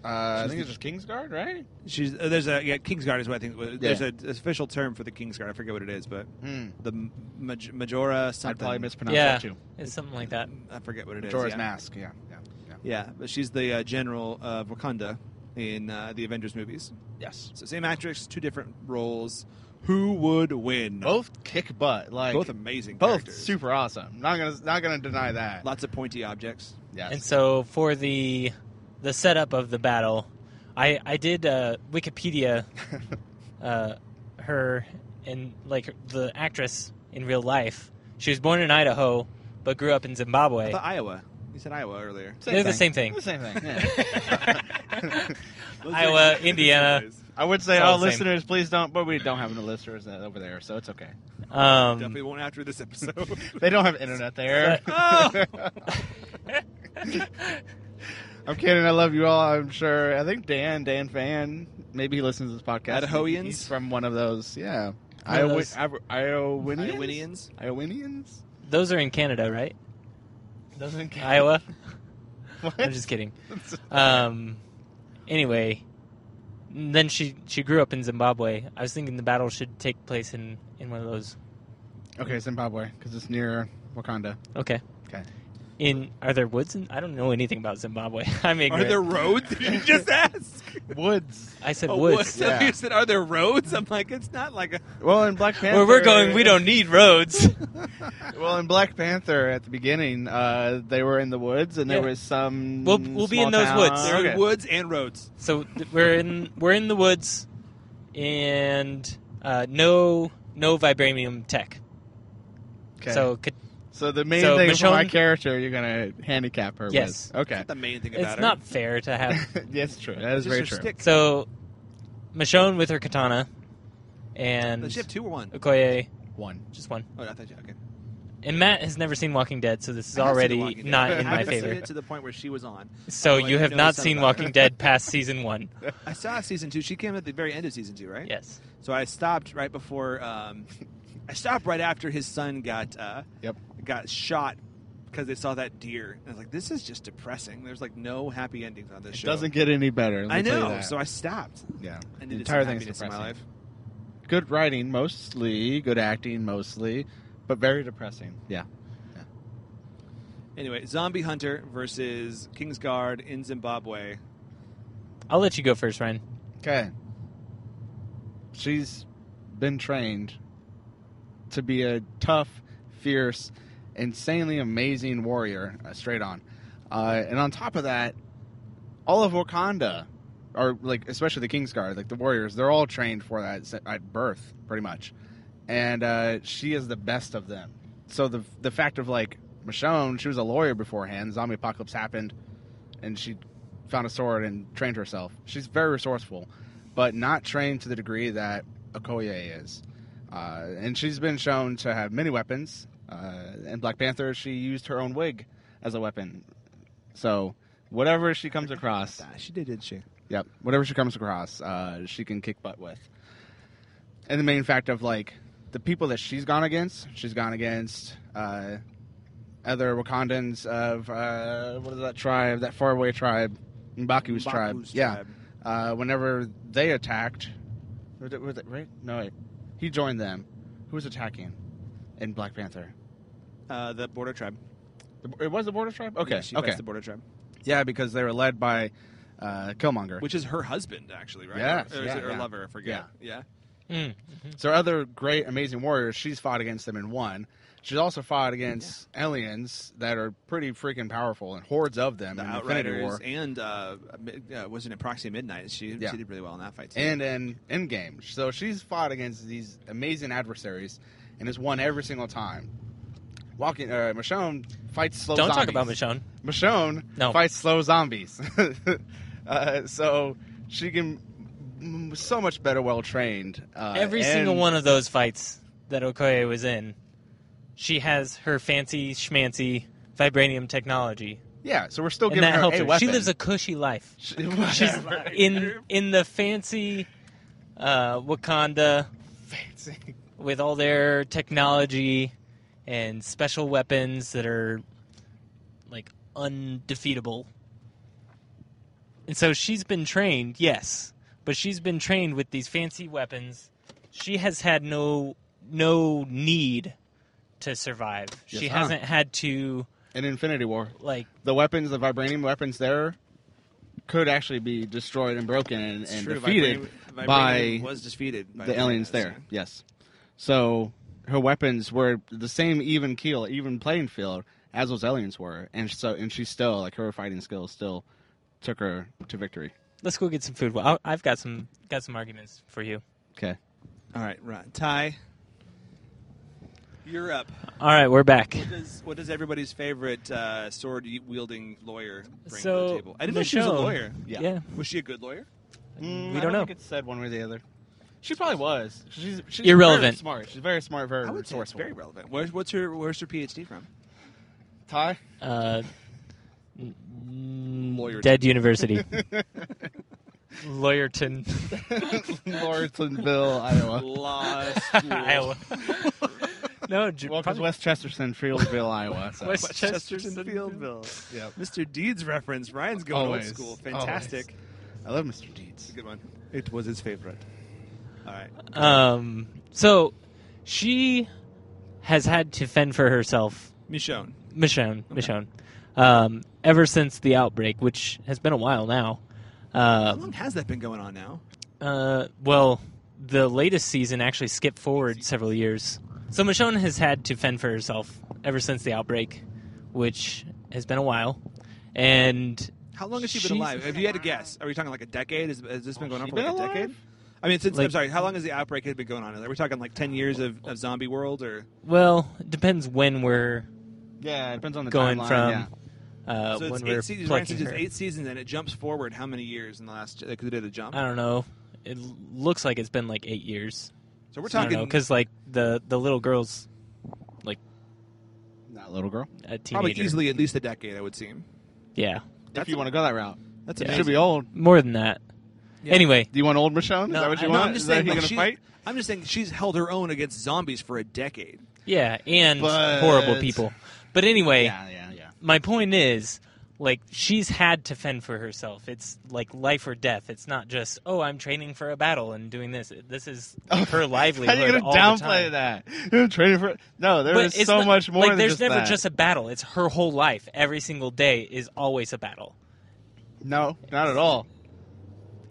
[SPEAKER 4] Uh, I
[SPEAKER 2] She's
[SPEAKER 4] think
[SPEAKER 2] the-
[SPEAKER 4] it's just Kingsguard, right?
[SPEAKER 2] She's uh, there's a yeah Kingsguard is what I think. There's a an official term for the Kingsguard. I forget what it is, but
[SPEAKER 4] Mm.
[SPEAKER 2] the M- Maj- Majora something.
[SPEAKER 4] I'd probably mispronounce
[SPEAKER 3] yeah,
[SPEAKER 4] that too.
[SPEAKER 3] it's something like that.
[SPEAKER 2] I forget what it is.
[SPEAKER 4] Majora's
[SPEAKER 2] yeah.
[SPEAKER 4] Mask, yeah. yeah, yeah.
[SPEAKER 2] Yeah, but she's the uh, general of Wakanda in uh, the Avengers movies.
[SPEAKER 4] Yes.
[SPEAKER 2] So same actress, two different roles. Who would win?
[SPEAKER 4] Both kick butt, like
[SPEAKER 2] both amazing.
[SPEAKER 4] both
[SPEAKER 2] characters.
[SPEAKER 4] super awesome. Not gonna not gonna deny that.
[SPEAKER 2] Lots of pointy objects.
[SPEAKER 4] Yes.
[SPEAKER 3] And so for the the setup of the battle, I I did uh, Wikipedia uh, her and like the actress in real life. She was born in Idaho but grew up in
[SPEAKER 2] I
[SPEAKER 3] Zimbabwe.
[SPEAKER 2] thought Iowa. You said Iowa earlier.
[SPEAKER 3] They're the same thing.
[SPEAKER 4] The same thing. yeah.
[SPEAKER 2] Those
[SPEAKER 3] Iowa,
[SPEAKER 2] are-
[SPEAKER 3] Indiana.
[SPEAKER 4] I would say,
[SPEAKER 3] It's all
[SPEAKER 4] all
[SPEAKER 3] the same.
[SPEAKER 4] listeners, please don't. But we don't have any listeners uh, over there, so it's okay.
[SPEAKER 2] Definitely
[SPEAKER 3] Um,
[SPEAKER 2] won't after this episode.
[SPEAKER 4] They don't have internet there.
[SPEAKER 3] Oh.
[SPEAKER 4] I'm kidding. I love you all. I'm sure. I think Dan, Dan Fan, maybe he listens to this podcast.
[SPEAKER 2] Idahoians?
[SPEAKER 4] He's from one of those. Yeah,
[SPEAKER 3] One of
[SPEAKER 4] Iowa-
[SPEAKER 3] those-
[SPEAKER 4] Iowa- Iowinians.
[SPEAKER 2] Iowinians?
[SPEAKER 4] Iowinians.
[SPEAKER 3] those are in Canada, right?
[SPEAKER 4] Doesn't count.
[SPEAKER 3] Iowa.
[SPEAKER 4] What?
[SPEAKER 3] I'm just kidding. Um, anyway, then she she grew up in Zimbabwe. I was thinking the battle should take place in in one of those.
[SPEAKER 4] okay, Zimbabwe, because it's near Wakanda.
[SPEAKER 3] Okay.
[SPEAKER 4] Okay.
[SPEAKER 3] In are there woods? In, I don't know anything about Zimbabwe. I'm
[SPEAKER 2] Are
[SPEAKER 3] ignorant.
[SPEAKER 2] there roads? Did you just ask?
[SPEAKER 4] Woods.
[SPEAKER 3] I said
[SPEAKER 2] Oh, what?
[SPEAKER 3] woods.
[SPEAKER 2] So
[SPEAKER 4] Yeah.
[SPEAKER 2] You said, "Are there roads?" I'm like, it's not like a.
[SPEAKER 4] Well, in Black Panther.
[SPEAKER 3] Where we're going, we don't need roads.
[SPEAKER 4] Well, in Black Panther, at the beginning, uh, they were in the woods, and there
[SPEAKER 3] Yeah.
[SPEAKER 4] was some.
[SPEAKER 3] We'll- we'll be
[SPEAKER 4] small
[SPEAKER 3] in those
[SPEAKER 4] town.
[SPEAKER 3] woods.
[SPEAKER 2] There are
[SPEAKER 4] Okay.
[SPEAKER 2] woods and roads.
[SPEAKER 3] so th- we're in we're in the woods, and uh, no no vibranium tech.
[SPEAKER 4] Okay.
[SPEAKER 3] So could,
[SPEAKER 4] So the main
[SPEAKER 3] So
[SPEAKER 4] thing
[SPEAKER 3] Michonne-
[SPEAKER 4] for my character, you're gonna handicap her
[SPEAKER 3] Yes.
[SPEAKER 4] with. Okay.
[SPEAKER 2] That's the main thing about
[SPEAKER 3] It's
[SPEAKER 2] her.
[SPEAKER 3] not fair to have
[SPEAKER 4] That's true. That is
[SPEAKER 2] Just
[SPEAKER 4] very
[SPEAKER 2] her
[SPEAKER 4] true.
[SPEAKER 2] stick.
[SPEAKER 3] So, Michonne with her katana, and
[SPEAKER 2] Does she have two or one?
[SPEAKER 3] Okoye
[SPEAKER 4] One.
[SPEAKER 3] just one.
[SPEAKER 2] Oh, I thought you. Okay.
[SPEAKER 3] And Matt has never seen Walking Dead, so this is
[SPEAKER 2] I have seen The
[SPEAKER 3] already
[SPEAKER 2] Walking Dead.
[SPEAKER 3] not
[SPEAKER 2] I
[SPEAKER 3] in my
[SPEAKER 2] haven't seen
[SPEAKER 3] favor.
[SPEAKER 2] it to the point where she was on.
[SPEAKER 3] So
[SPEAKER 2] Although I
[SPEAKER 3] you
[SPEAKER 2] do
[SPEAKER 3] have
[SPEAKER 2] know
[SPEAKER 3] not
[SPEAKER 2] some
[SPEAKER 3] seen
[SPEAKER 2] about her.
[SPEAKER 3] Walking Dead past season one.
[SPEAKER 2] I saw season two. She came at the very end of season two, right?
[SPEAKER 3] Yes.
[SPEAKER 2] So I stopped right before. Um, I stopped right after his son got uh,
[SPEAKER 4] Yep.
[SPEAKER 2] got shot because they saw that deer. And I was like, this is just depressing. There's like no happy endings on this
[SPEAKER 4] It
[SPEAKER 2] show.
[SPEAKER 4] doesn't get any better. let
[SPEAKER 2] I
[SPEAKER 4] me tell you
[SPEAKER 2] know.
[SPEAKER 4] that.
[SPEAKER 2] So I stopped.
[SPEAKER 4] yeah.
[SPEAKER 2] I
[SPEAKER 4] The
[SPEAKER 2] needed
[SPEAKER 4] entire
[SPEAKER 2] some
[SPEAKER 4] thing is
[SPEAKER 2] happiness in my
[SPEAKER 4] depressing.
[SPEAKER 2] life.
[SPEAKER 4] Good writing mostly, good acting mostly, but very depressing. Yeah.
[SPEAKER 2] Anyway, Zombie Hunter versus Kingsguard in Zimbabwe.
[SPEAKER 3] I'll let you go first, Ryan.
[SPEAKER 4] Okay. She's been trained to be a tough, fierce, insanely amazing warrior, uh, straight on. Uh, and on top of that, all of Wakanda, or like especially the King's Guard, like the warriors, they're all trained for that s- at birth, pretty much. And uh, she is the best of them. So the the fact of like Michonne, she was a lawyer beforehand. Zombie apocalypse happened, and she found a sword and trained herself. She's very resourceful, but not trained to the degree that Okoye is. Uh, and she's been shown to have many weapons. Uh, in Black Panther, she used her own wig as a weapon. So whatever she comes across,
[SPEAKER 2] Ah, She did, didn't she?
[SPEAKER 4] Yep. Whatever she comes across, uh, she can kick butt with. And the main fact of like the people that she's gone against, she's gone against uh, other Wakandans of uh, what is that tribe? That faraway tribe, Mbaku's, tribe.
[SPEAKER 2] Mbaku's
[SPEAKER 4] Yeah.
[SPEAKER 2] tribe.
[SPEAKER 4] Uh, whenever they attacked, was it, was it right? No, wait. He joined them. Who was attacking in Black Panther?
[SPEAKER 2] Uh, the border tribe.
[SPEAKER 4] The- It was the Border Tribe. Okay.
[SPEAKER 2] Yeah, she
[SPEAKER 4] okay.
[SPEAKER 2] fights the border tribe,
[SPEAKER 4] Yeah, because they were led by uh, Killmonger.
[SPEAKER 2] which is her husband actually, right?
[SPEAKER 4] Yes,
[SPEAKER 2] Or, or is
[SPEAKER 4] yeah,
[SPEAKER 2] it her
[SPEAKER 4] yeah.
[SPEAKER 2] lover? I forget. Yeah.
[SPEAKER 3] Mm.
[SPEAKER 4] So other great, amazing warriors, she's fought against them and won. She's also fought against aliens that are pretty freaking powerful and hordes of them
[SPEAKER 2] The
[SPEAKER 4] in Infinity
[SPEAKER 2] Outriders
[SPEAKER 4] War.
[SPEAKER 2] and uh, mid- uh, wasn't it Proxy Midnight? She,
[SPEAKER 4] Yeah.
[SPEAKER 2] she did really well in that fight too.
[SPEAKER 4] And in Endgame. So she's fought against these amazing adversaries and has won every single time. Walking, uh, Michonne fights slow
[SPEAKER 3] Don't talk
[SPEAKER 4] zombies.
[SPEAKER 3] about Michonne.
[SPEAKER 4] Michonne
[SPEAKER 3] No.
[SPEAKER 4] fights slow zombies. uh, so she can m- so much better well trained. Uh,
[SPEAKER 3] Every
[SPEAKER 4] and-
[SPEAKER 3] single one of those fights that Okoye was in, she has her fancy schmancy vibranium technology,
[SPEAKER 4] Yeah, so we're still
[SPEAKER 3] and
[SPEAKER 4] giving
[SPEAKER 3] that
[SPEAKER 4] her
[SPEAKER 3] helps
[SPEAKER 4] a
[SPEAKER 3] her.
[SPEAKER 4] weapon.
[SPEAKER 3] She lives a cushy life.
[SPEAKER 4] She-
[SPEAKER 3] She's
[SPEAKER 4] whatever.
[SPEAKER 3] in in the fancy uh, Wakanda
[SPEAKER 4] fancy.
[SPEAKER 3] with all their technology and special weapons that are like undefeatable. And so she's been trained, yes, but she's been trained with these fancy weapons. She has had no no need to survive.
[SPEAKER 4] Yes, uh-huh.
[SPEAKER 3] she
[SPEAKER 4] huh.
[SPEAKER 3] hasn't had to
[SPEAKER 4] In Infinity War,
[SPEAKER 3] like
[SPEAKER 4] the weapons, the vibranium weapons there, could actually be destroyed and broken and,
[SPEAKER 2] It's
[SPEAKER 4] and
[SPEAKER 2] true,
[SPEAKER 4] defeated
[SPEAKER 2] Vibranium- Vibranium
[SPEAKER 4] by
[SPEAKER 2] was defeated by
[SPEAKER 4] the aliens there.
[SPEAKER 2] yeah.
[SPEAKER 4] Yes. So her weapons were the same even keel, even playing field as those aliens were, and so and she still like her fighting skills still took her to victory.
[SPEAKER 3] let's go get some food. Well, I'll- I've got some got some arguments for you.
[SPEAKER 4] Okay.
[SPEAKER 2] All right, Ron. Ty, you're up.
[SPEAKER 3] All right, we're back.
[SPEAKER 2] What does, what does everybody's favorite uh, sword wielding lawyer bring to
[SPEAKER 3] So,
[SPEAKER 2] the table? I didn't know she was a
[SPEAKER 3] Michonne.
[SPEAKER 2] lawyer.
[SPEAKER 4] Yeah.
[SPEAKER 3] yeah.
[SPEAKER 2] Was she a good lawyer?
[SPEAKER 3] Mm, don't know.
[SPEAKER 4] Mm, Think it's said one way or the other. She probably was. She's, she's Very
[SPEAKER 3] Irrelevant.
[SPEAKER 4] smart. She's very smart. Very
[SPEAKER 2] I would say it's
[SPEAKER 4] resourceful.
[SPEAKER 2] very relevant. Where's, what's her Where's her PhD from?
[SPEAKER 4] Ty.
[SPEAKER 3] Uh,
[SPEAKER 4] Mm,
[SPEAKER 2] Lawyerton.
[SPEAKER 3] Dead University. Lawyerton,
[SPEAKER 4] Lawrenceville, Iowa.
[SPEAKER 2] Law school.
[SPEAKER 3] Iowa. no, J-
[SPEAKER 4] Well, because
[SPEAKER 3] probably-
[SPEAKER 4] West Chesterton, Fieldville, Iowa. So.
[SPEAKER 3] West-
[SPEAKER 2] Chesterton
[SPEAKER 3] Chesterton
[SPEAKER 2] Fieldville.
[SPEAKER 4] Yep.
[SPEAKER 2] Mr. Deeds reference. Ryan's going
[SPEAKER 4] Always.
[SPEAKER 2] old school.
[SPEAKER 4] Always.
[SPEAKER 2] Fantastic.
[SPEAKER 4] I love Mr. Deeds.
[SPEAKER 2] Good one. It was his favorite. All right.
[SPEAKER 3] um, so she has had to fend for herself,
[SPEAKER 2] Michonne.
[SPEAKER 3] Michonne, Michonne, um, ever since the outbreak, which has been a while now.
[SPEAKER 2] How
[SPEAKER 3] Uh,
[SPEAKER 2] long has that been going on now?
[SPEAKER 3] uh, well, the latest season actually skipped forward several years, so Michonne has had to fend for herself ever since the outbreak, which has been a while, and
[SPEAKER 2] How long has she been
[SPEAKER 3] She's-
[SPEAKER 2] alive? If you had to guess, are we talking like a decade? Has, has this been going on
[SPEAKER 4] She
[SPEAKER 2] for
[SPEAKER 4] been
[SPEAKER 2] like a
[SPEAKER 4] alive?
[SPEAKER 2] decade? I mean, since I'm
[SPEAKER 3] Like-
[SPEAKER 2] sorry, how long has the outbreak had been going on? Are we talking like ten years of, of zombie world, or
[SPEAKER 3] Well, it depends when we're
[SPEAKER 4] Yeah, it depends on the
[SPEAKER 3] going
[SPEAKER 4] timeline,
[SPEAKER 3] from
[SPEAKER 4] yeah.
[SPEAKER 3] uh,
[SPEAKER 2] so it's
[SPEAKER 3] when
[SPEAKER 2] eight
[SPEAKER 3] we're
[SPEAKER 2] seasons. Ryan
[SPEAKER 3] plucking
[SPEAKER 2] says it's
[SPEAKER 3] her.
[SPEAKER 2] eight seasons, and it jumps forward how many years in the last? Because they did a jump.
[SPEAKER 3] I don't know. It l- looks like it's been like eight years.
[SPEAKER 2] So we're
[SPEAKER 3] I don't
[SPEAKER 2] talking
[SPEAKER 3] know because like the the little girl's
[SPEAKER 4] Not little girl.
[SPEAKER 3] a teenager.
[SPEAKER 2] probably easily at least a decade. I would seem.
[SPEAKER 3] Yeah,
[SPEAKER 4] if you want to go that route,
[SPEAKER 2] That's
[SPEAKER 4] it
[SPEAKER 2] amazing.
[SPEAKER 4] should be old.
[SPEAKER 3] more than that.
[SPEAKER 2] Yeah.
[SPEAKER 3] Anyway,
[SPEAKER 4] Do you want old Michonne?
[SPEAKER 3] No,
[SPEAKER 4] Is that what you
[SPEAKER 3] I- no,
[SPEAKER 4] want?
[SPEAKER 2] I'm just
[SPEAKER 4] Is that
[SPEAKER 2] saying,
[SPEAKER 4] who
[SPEAKER 2] like,
[SPEAKER 4] you're
[SPEAKER 2] she-
[SPEAKER 4] gonna fight?
[SPEAKER 2] I'm just saying she's held her own against zombies for a decade.
[SPEAKER 3] yeah, and
[SPEAKER 4] But-
[SPEAKER 3] horrible people. But anyway,
[SPEAKER 4] Yeah, yeah, yeah.
[SPEAKER 3] my point is like she's had to fend for herself it's like life or death it's not just oh i'm training for a battle and doing this this is like, her
[SPEAKER 4] How
[SPEAKER 3] livelihood
[SPEAKER 4] are you gonna
[SPEAKER 3] all the
[SPEAKER 4] downplay
[SPEAKER 3] time.
[SPEAKER 4] that? You're training for no. There
[SPEAKER 3] But
[SPEAKER 4] is
[SPEAKER 3] it's
[SPEAKER 4] so
[SPEAKER 3] not-
[SPEAKER 4] much more.
[SPEAKER 3] like
[SPEAKER 4] than
[SPEAKER 3] there's
[SPEAKER 4] just
[SPEAKER 3] never
[SPEAKER 4] that.
[SPEAKER 3] just a battle it's her whole life every single day is always a battle
[SPEAKER 4] no, not at all.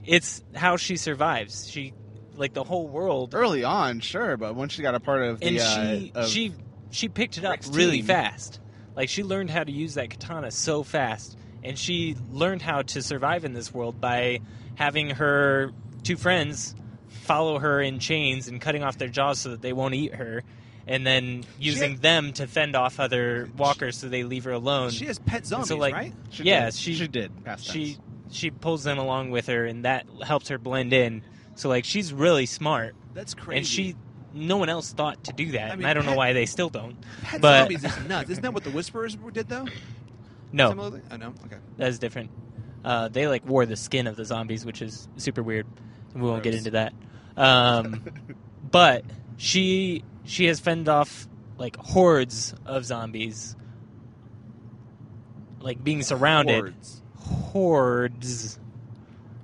[SPEAKER 3] it's how she survives she like the whole world
[SPEAKER 4] Early on, sure, but once she got a part of the
[SPEAKER 3] and
[SPEAKER 4] uh,
[SPEAKER 3] she
[SPEAKER 4] of-
[SPEAKER 3] she she picked it up
[SPEAKER 4] Rick's
[SPEAKER 3] really
[SPEAKER 4] team.
[SPEAKER 3] fast. Like she learned how to use that katana so fast, and she learned how to survive in this world by having her two friends follow her in chains and cutting off their jaws so that they won't eat her, and then using them to fend off other walkers so they leave her alone.
[SPEAKER 2] She has pet
[SPEAKER 3] And
[SPEAKER 2] zombies,
[SPEAKER 3] so, like,
[SPEAKER 2] right?
[SPEAKER 4] she
[SPEAKER 3] yeah,
[SPEAKER 4] did.
[SPEAKER 3] she-
[SPEAKER 4] did. Past
[SPEAKER 3] she
[SPEAKER 4] tense.
[SPEAKER 3] she pulls them along with her, and that helps her blend in. So like she's really smart,
[SPEAKER 2] That's crazy.
[SPEAKER 3] and she no one else thought to do that,
[SPEAKER 2] I mean,
[SPEAKER 3] and I don't know
[SPEAKER 2] pet-
[SPEAKER 3] why they still don't.
[SPEAKER 2] pet
[SPEAKER 3] but-
[SPEAKER 2] zombies is nuts. Isn't that what the Whisperers did though?
[SPEAKER 3] No,
[SPEAKER 2] Similarly? Oh no. Okay.
[SPEAKER 3] That's different. Uh, they like wore the skin of the zombies, which is super weird. We won't get
[SPEAKER 4] Gross.
[SPEAKER 3] into that. Um, but she she has fended off like hordes of zombies, like being surrounded.
[SPEAKER 2] Hordes.
[SPEAKER 3] Hordes.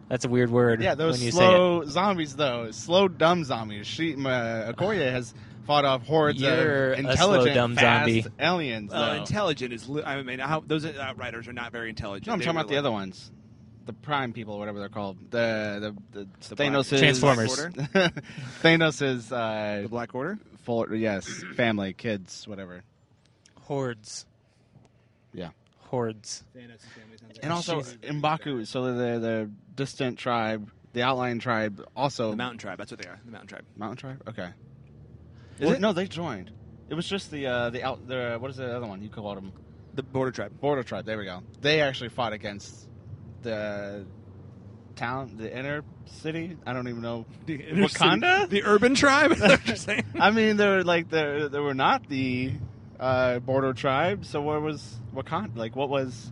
[SPEAKER 3] That's a weird word.
[SPEAKER 4] yeah, those
[SPEAKER 3] when you say it.
[SPEAKER 4] slow zombies though, slow dumb zombies. She uh, Okoye has fought off hordes
[SPEAKER 3] You're a
[SPEAKER 4] of
[SPEAKER 3] slow,
[SPEAKER 4] intelligent,
[SPEAKER 3] dumb
[SPEAKER 4] fast
[SPEAKER 3] zombie.
[SPEAKER 4] aliens. Though.
[SPEAKER 2] Uh, intelligent is. Li- I mean, how, those uh, writers are not very intelligent.
[SPEAKER 4] no, I'm
[SPEAKER 2] They
[SPEAKER 4] talking about
[SPEAKER 2] really-
[SPEAKER 4] the other ones, the prime people, whatever they're called. The the the,
[SPEAKER 2] The Black-
[SPEAKER 4] Thanos
[SPEAKER 3] Transformers.
[SPEAKER 4] Thanos is uh,
[SPEAKER 2] The Black Order.
[SPEAKER 4] full. Yes, family, kids, whatever.
[SPEAKER 3] Hordes.
[SPEAKER 4] Yeah.
[SPEAKER 3] Hordes.
[SPEAKER 4] And also Mbaku, so the the distant tribe, the outlying tribe, also
[SPEAKER 2] The Mountain Tribe. That's what they are. The Mountain Tribe.
[SPEAKER 4] Mountain tribe. Okay.
[SPEAKER 2] Is
[SPEAKER 4] Well,
[SPEAKER 2] it?
[SPEAKER 4] No, they joined. It was just the uh, the out the what is the other one you called them
[SPEAKER 2] The Border Tribe.
[SPEAKER 4] border tribe. There we go. They actually fought against the town, the inner city. I don't even know.
[SPEAKER 2] The
[SPEAKER 4] Wakanda?
[SPEAKER 2] The Urban Tribe. Just saying.
[SPEAKER 4] I mean, they were like they they were not the uh, border tribe. So what was Wakanda? Like what was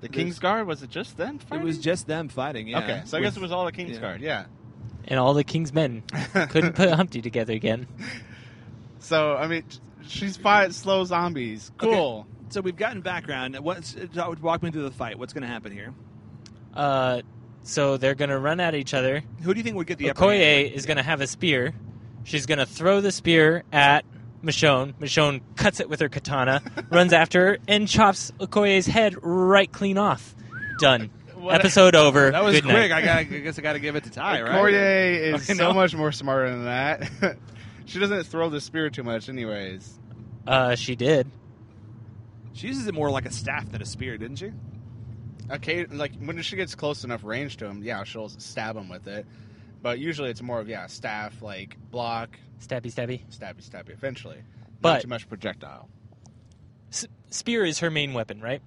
[SPEAKER 4] the King's Guard? Was it just them?
[SPEAKER 2] it
[SPEAKER 4] fighting?
[SPEAKER 2] was just them fighting. Yeah.
[SPEAKER 4] okay. So I guess it was all the King's Guard. Yeah.
[SPEAKER 3] And all the king's men couldn't put Humpty together again.
[SPEAKER 4] So I mean, she's fighting slow zombies. Cool.
[SPEAKER 2] So we've gotten background. What's uh, walk me through the fight? What's going to happen here?
[SPEAKER 3] Uh, so they're gonna run at each other.
[SPEAKER 2] Who do you think would get the upper hand?
[SPEAKER 3] Okoye is going to have a spear. She's going to throw the spear at Michonne. Michonne cuts it with her katana, runs after her, and chops Okoye's head right clean off. Done.
[SPEAKER 4] What-
[SPEAKER 3] Episode over.
[SPEAKER 2] That was
[SPEAKER 3] Good
[SPEAKER 2] quick.
[SPEAKER 3] Night.
[SPEAKER 2] I, gotta, I guess I got to give it to Ty, right?
[SPEAKER 4] Corday is
[SPEAKER 2] Okay,
[SPEAKER 4] so
[SPEAKER 2] no.
[SPEAKER 4] much more smarter than that. she doesn't throw the spear too much, anyways.
[SPEAKER 3] Uh, she did.
[SPEAKER 2] She uses it more like a staff than a spear, didn't she?
[SPEAKER 4] Okay, like when she gets close enough range to him, yeah, she'll stab him with it. But usually, it's more of yeah, staff like block,
[SPEAKER 3] Stabby, stabby.
[SPEAKER 4] stabby, stabby. Eventually,
[SPEAKER 3] But-
[SPEAKER 4] not too much projectile.
[SPEAKER 3] S- spear is her main weapon, right?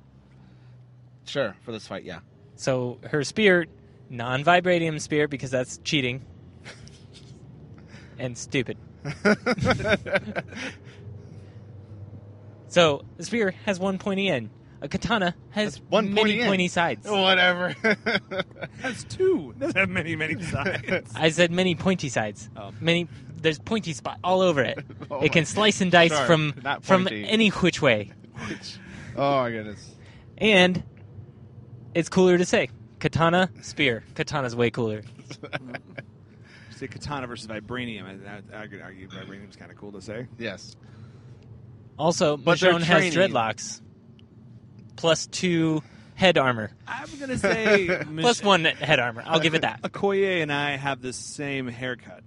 [SPEAKER 4] Sure, for this fight, yeah.
[SPEAKER 3] So her spear, non vibranium spear, because that's cheating and stupid. So a spear has one pointy end. A katana has
[SPEAKER 4] That's one
[SPEAKER 3] many
[SPEAKER 4] pointy end.
[SPEAKER 3] sides.
[SPEAKER 2] Oh,
[SPEAKER 4] Whatever.
[SPEAKER 2] That's two. Doesn't have many, many sides.
[SPEAKER 3] I said many pointy sides.
[SPEAKER 2] Oh.
[SPEAKER 3] Many there's pointy spot all over it.
[SPEAKER 4] Oh
[SPEAKER 3] it can
[SPEAKER 4] my-
[SPEAKER 3] slice and dice
[SPEAKER 4] Sharp,
[SPEAKER 3] from
[SPEAKER 4] not
[SPEAKER 3] from
[SPEAKER 4] pointy.
[SPEAKER 3] any which way.
[SPEAKER 4] oh my goodness.
[SPEAKER 3] And it's cooler to say katana spear. Katana's way cooler.
[SPEAKER 2] See, katana versus vibranium. I, I, I could argue vibranium's kind of cool to say.
[SPEAKER 4] Yes.
[SPEAKER 3] Also,
[SPEAKER 4] But they're
[SPEAKER 3] Michonne has
[SPEAKER 4] training.
[SPEAKER 3] dreadlocks. Plus two head armor.
[SPEAKER 2] I'm gonna say
[SPEAKER 3] Plus one head armor. I'll give it that.
[SPEAKER 2] Okoye and I have the same haircut,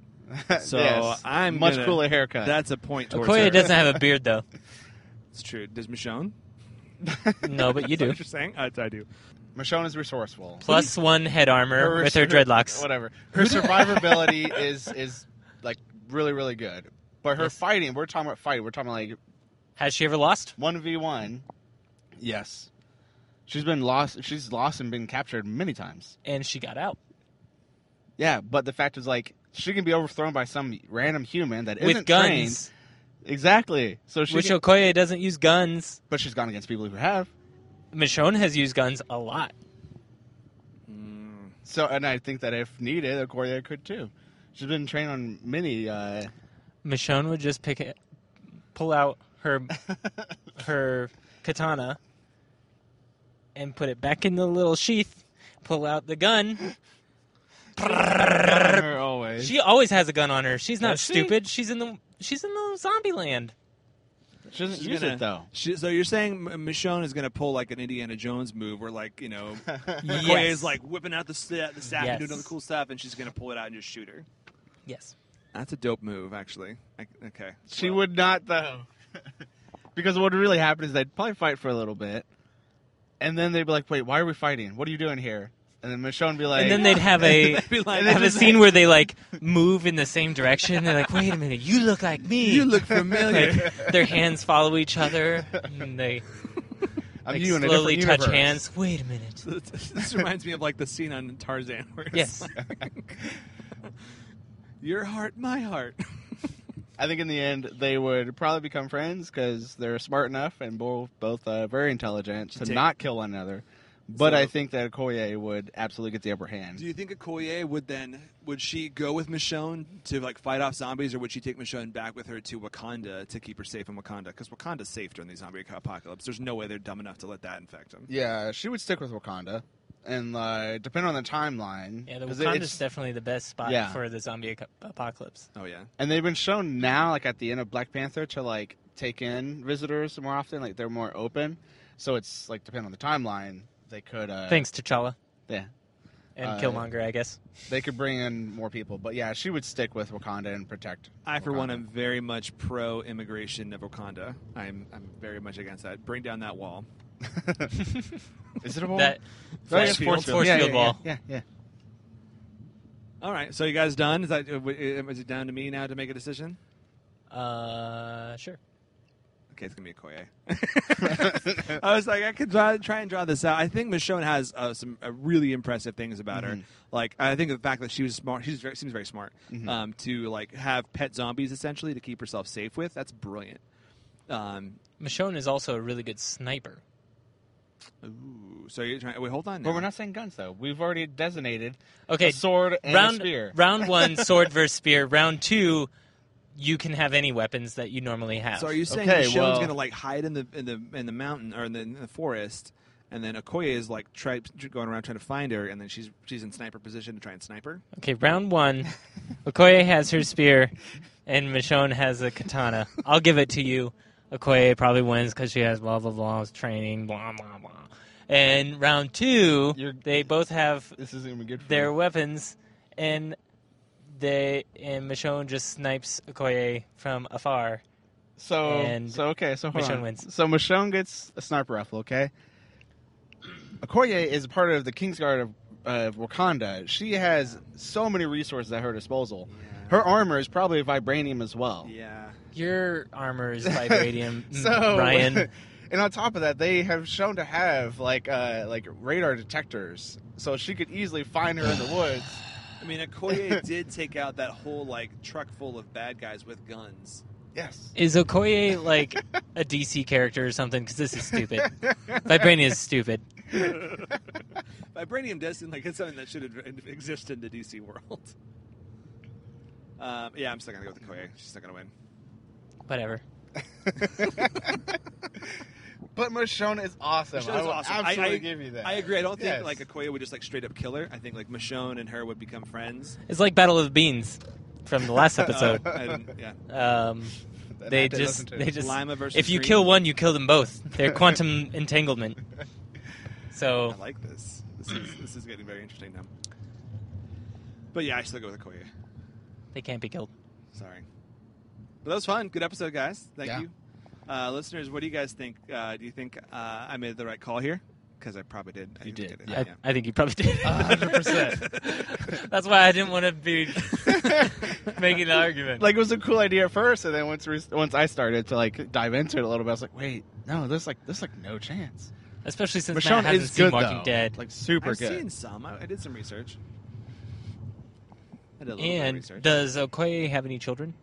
[SPEAKER 2] so
[SPEAKER 4] Yes.
[SPEAKER 2] I'm
[SPEAKER 4] much
[SPEAKER 2] gonna-
[SPEAKER 4] cooler haircut.
[SPEAKER 2] That's a point towards her.
[SPEAKER 3] Okoye doesn't have a beard though.
[SPEAKER 2] It's true. Does Michonne?
[SPEAKER 3] No, but you
[SPEAKER 2] That's
[SPEAKER 3] do.
[SPEAKER 2] what you're saying? Uh, I do.
[SPEAKER 4] Michonne is resourceful.
[SPEAKER 3] Plus one head armor with her dreadlocks.
[SPEAKER 4] Whatever. Her survivability is is like really really good, but her
[SPEAKER 3] Yes.
[SPEAKER 4] fighting. We're talking about fighting. We're talking about like
[SPEAKER 3] Has she ever lost?
[SPEAKER 4] One v one. Yes. She's been lost. She's lost and been captured many times.
[SPEAKER 3] And she got out
[SPEAKER 4] Yeah, but the fact is, like, she can be overthrown by some random human that
[SPEAKER 3] with
[SPEAKER 4] not
[SPEAKER 3] guns,
[SPEAKER 4] trained. Exactly. So she,
[SPEAKER 3] which
[SPEAKER 4] can-
[SPEAKER 3] Okoye doesn't use guns.
[SPEAKER 4] but she's gone against people who have.
[SPEAKER 3] Michonne has used guns a lot.
[SPEAKER 2] Mm.
[SPEAKER 4] So, and I think that if needed, Okoye could too. She's been trained on many. Uh,
[SPEAKER 3] Michonne would just pick it, pull out her her katana and put it back in the little sheath. Pull out the gun.
[SPEAKER 4] her always.
[SPEAKER 3] She always has a gun on her. She's not
[SPEAKER 2] Does she?
[SPEAKER 3] stupid. She's in the she's in the zombie land.
[SPEAKER 4] she doesn't
[SPEAKER 2] She's
[SPEAKER 4] use
[SPEAKER 2] gonna-
[SPEAKER 4] it though.
[SPEAKER 2] She, so you're saying M- Michonne is going to pull like an Indiana Jones move, where like you know, Okoye
[SPEAKER 3] Yes.
[SPEAKER 2] is like whipping out the sta- the staff
[SPEAKER 3] Yes.
[SPEAKER 2] and doing all the cool stuff, and she's going to pull it out and just shoot her.
[SPEAKER 3] Yes.
[SPEAKER 2] That's a dope move, actually. I, okay,
[SPEAKER 4] She
[SPEAKER 2] Well,
[SPEAKER 4] would not though, because what would really happen is they'd probably fight for a little bit, and then they'd be like, "Wait, why are we fighting? What are you doing here?" And then Michonne would be like,
[SPEAKER 3] And then they'd have a
[SPEAKER 2] They'd be like-
[SPEAKER 3] have a scene where they like move in the same direction. They're like, wait a minute, you look like me.
[SPEAKER 2] You look familiar.
[SPEAKER 3] Like, their hands follow each other. And they
[SPEAKER 4] I'm
[SPEAKER 3] like,
[SPEAKER 4] you in a
[SPEAKER 3] slowly
[SPEAKER 4] different
[SPEAKER 3] touch
[SPEAKER 4] universe.
[SPEAKER 3] hands. Wait a minute.
[SPEAKER 2] this this reminds me of like the scene on Tarzan where it's
[SPEAKER 3] Yes.
[SPEAKER 2] like, your heart, my heart.
[SPEAKER 4] I think in the end they would probably become friends because they're smart enough and both both uh, very intelligent to
[SPEAKER 2] Take-
[SPEAKER 4] not kill one another. But
[SPEAKER 2] So-
[SPEAKER 4] I think that Okoye would absolutely get the upper hand.
[SPEAKER 2] Do you think Okoye would then would she go with Michonne to like fight off zombies, or would she take Michonne back with her to Wakanda to keep her safe in Wakanda? Because Wakanda's safe during the zombie apocalypse. There's no way they're dumb enough to let that infect them.
[SPEAKER 4] yeah, she would stick with Wakanda, and uh, depending on the timeline,
[SPEAKER 3] Yeah, the
[SPEAKER 4] 'cause
[SPEAKER 3] Wakanda's
[SPEAKER 4] it's-
[SPEAKER 3] definitely the best spot
[SPEAKER 4] Yeah.
[SPEAKER 3] for the zombie ac- apocalypse.
[SPEAKER 2] Oh yeah,
[SPEAKER 4] and they've been shown now like at the end of black panther to like take in visitors more often like they're more open so it's like depending on the timeline they could uh
[SPEAKER 3] Thanks, T'Challa
[SPEAKER 4] yeah
[SPEAKER 3] and
[SPEAKER 4] Uh,
[SPEAKER 3] Killmonger, I guess.
[SPEAKER 4] they could bring in more people but yeah she would stick with wakanda and protect
[SPEAKER 2] I for one
[SPEAKER 4] Wakanda.
[SPEAKER 2] am very much pro immigration of Wakanda. I'm I'm very much against that. Bring down that wall.
[SPEAKER 4] is it a wall
[SPEAKER 3] That
[SPEAKER 4] Right,
[SPEAKER 3] force
[SPEAKER 4] it's
[SPEAKER 3] field, force
[SPEAKER 4] yeah,
[SPEAKER 3] field
[SPEAKER 4] yeah,
[SPEAKER 3] wall.
[SPEAKER 4] yeah yeah, yeah.
[SPEAKER 2] All right, so you guys done? Is that uh, is it down to me now to make a decision?
[SPEAKER 3] Uh, sure.
[SPEAKER 2] Okay, it's gonna be a Koye. I was like, I could draw, try and draw this out. I think Michonne has uh, some uh, really impressive things about
[SPEAKER 4] Mm-hmm.
[SPEAKER 2] her. Like, I think the fact that she was smart, she very, seems very smart
[SPEAKER 4] Mm-hmm.
[SPEAKER 2] um, to like have pet zombies essentially to keep herself safe with. That's brilliant. Um,
[SPEAKER 3] Michonne is also a really good sniper.
[SPEAKER 2] ooh, so you're trying? Wait, hold on.
[SPEAKER 4] but
[SPEAKER 2] now.
[SPEAKER 4] we're not saying guns though we've already designated
[SPEAKER 3] Okay,
[SPEAKER 4] a sword and
[SPEAKER 3] round
[SPEAKER 4] a spear
[SPEAKER 3] round one, sword versus spear. Round two, you can have any weapons that you normally have.
[SPEAKER 2] So are you saying
[SPEAKER 4] Okay,
[SPEAKER 2] Michonne's
[SPEAKER 4] well-
[SPEAKER 2] gonna like hide in the in the in the mountain or in the, in the forest, and then Okoye is like try, going around trying to find her, and then she's she's in sniper position to try and snipe her.
[SPEAKER 3] Okay, round one. Okoye has her spear, and Michonne has a katana. I'll give it to you. Okoye probably wins because she has blah blah blah training, blah blah blah. And round 2
[SPEAKER 4] You're-
[SPEAKER 3] they both have
[SPEAKER 4] this isn't even good for
[SPEAKER 3] their
[SPEAKER 4] you.
[SPEAKER 3] weapons, and they and Michonne just snipes Okoye from afar.
[SPEAKER 4] so
[SPEAKER 3] and
[SPEAKER 4] so okay so hold
[SPEAKER 3] Michonne
[SPEAKER 4] on.
[SPEAKER 3] wins.
[SPEAKER 4] so Michonne gets a sniper rifle okay Okoye is part of the Kingsguard of, uh, of Wakanda. She has so many resources at her disposal. Her armor is probably vibranium as well.
[SPEAKER 2] Yeah.
[SPEAKER 3] Your armor is vibranium, mm,
[SPEAKER 2] Mm.
[SPEAKER 4] So
[SPEAKER 3] Ryan.
[SPEAKER 4] and on top of that, they have shown to have like uh, like radar detectors, so she could easily find her in the woods.
[SPEAKER 2] I mean, Okoye did take out that whole like truck full of bad guys with guns.
[SPEAKER 4] Yes.
[SPEAKER 3] Is Okoye like a DC character or something? Because this is stupid. Vibranium is stupid.
[SPEAKER 2] Vibranium does seem like it's something that should have- exist in the DC world. Um, yeah, I'm still gonna go with Okoye. She's not gonna win.
[SPEAKER 3] Whatever.
[SPEAKER 4] But Michonne is awesome.
[SPEAKER 2] Michonne's
[SPEAKER 4] I will
[SPEAKER 2] awesome.
[SPEAKER 4] absolutely
[SPEAKER 2] I, I-
[SPEAKER 4] give you that.
[SPEAKER 2] I agree. I don't think
[SPEAKER 4] Yes.
[SPEAKER 2] like Okoye would just like straight up kill her. I think like Michonne and her would become friends.
[SPEAKER 3] It's like Battle of the Beans from the last episode.
[SPEAKER 2] I didn't, yeah.
[SPEAKER 3] Um,
[SPEAKER 4] That I
[SPEAKER 3] they
[SPEAKER 4] did
[SPEAKER 3] just
[SPEAKER 4] listen to.
[SPEAKER 3] they just
[SPEAKER 2] Lima versus
[SPEAKER 3] if you
[SPEAKER 2] Green.
[SPEAKER 3] kill one, you kill them both. They're quantum entanglement.
[SPEAKER 2] I
[SPEAKER 3] So
[SPEAKER 2] like this. This is this is getting very interesting now. But yeah, I still go with Okoye.
[SPEAKER 3] they can't be killed.
[SPEAKER 2] Sorry. But that was fun. Good episode, guys. Thank
[SPEAKER 4] Yeah.
[SPEAKER 2] you. Uh, listeners, what do you guys think? Uh, do you think uh, I made the right call here? because I probably did. I
[SPEAKER 3] You
[SPEAKER 2] just it,
[SPEAKER 3] did. I, I think you probably did.
[SPEAKER 4] hundred percent.
[SPEAKER 3] That's why I didn't want to be making the argument.
[SPEAKER 4] Like it was a cool idea at first, and then once re- once I started to like dive into it a little bit, I was like, wait, no, there's like there's like no chance.
[SPEAKER 3] Especially since Matt
[SPEAKER 4] Michonne
[SPEAKER 3] hasn't
[SPEAKER 4] is
[SPEAKER 3] seen
[SPEAKER 4] good
[SPEAKER 3] Walking
[SPEAKER 4] though,
[SPEAKER 3] Dead.
[SPEAKER 4] like super
[SPEAKER 2] I've
[SPEAKER 4] good.
[SPEAKER 2] seen some. I, I did some research. I did a little bit of
[SPEAKER 3] and
[SPEAKER 2] research.
[SPEAKER 3] does Okoye have any children?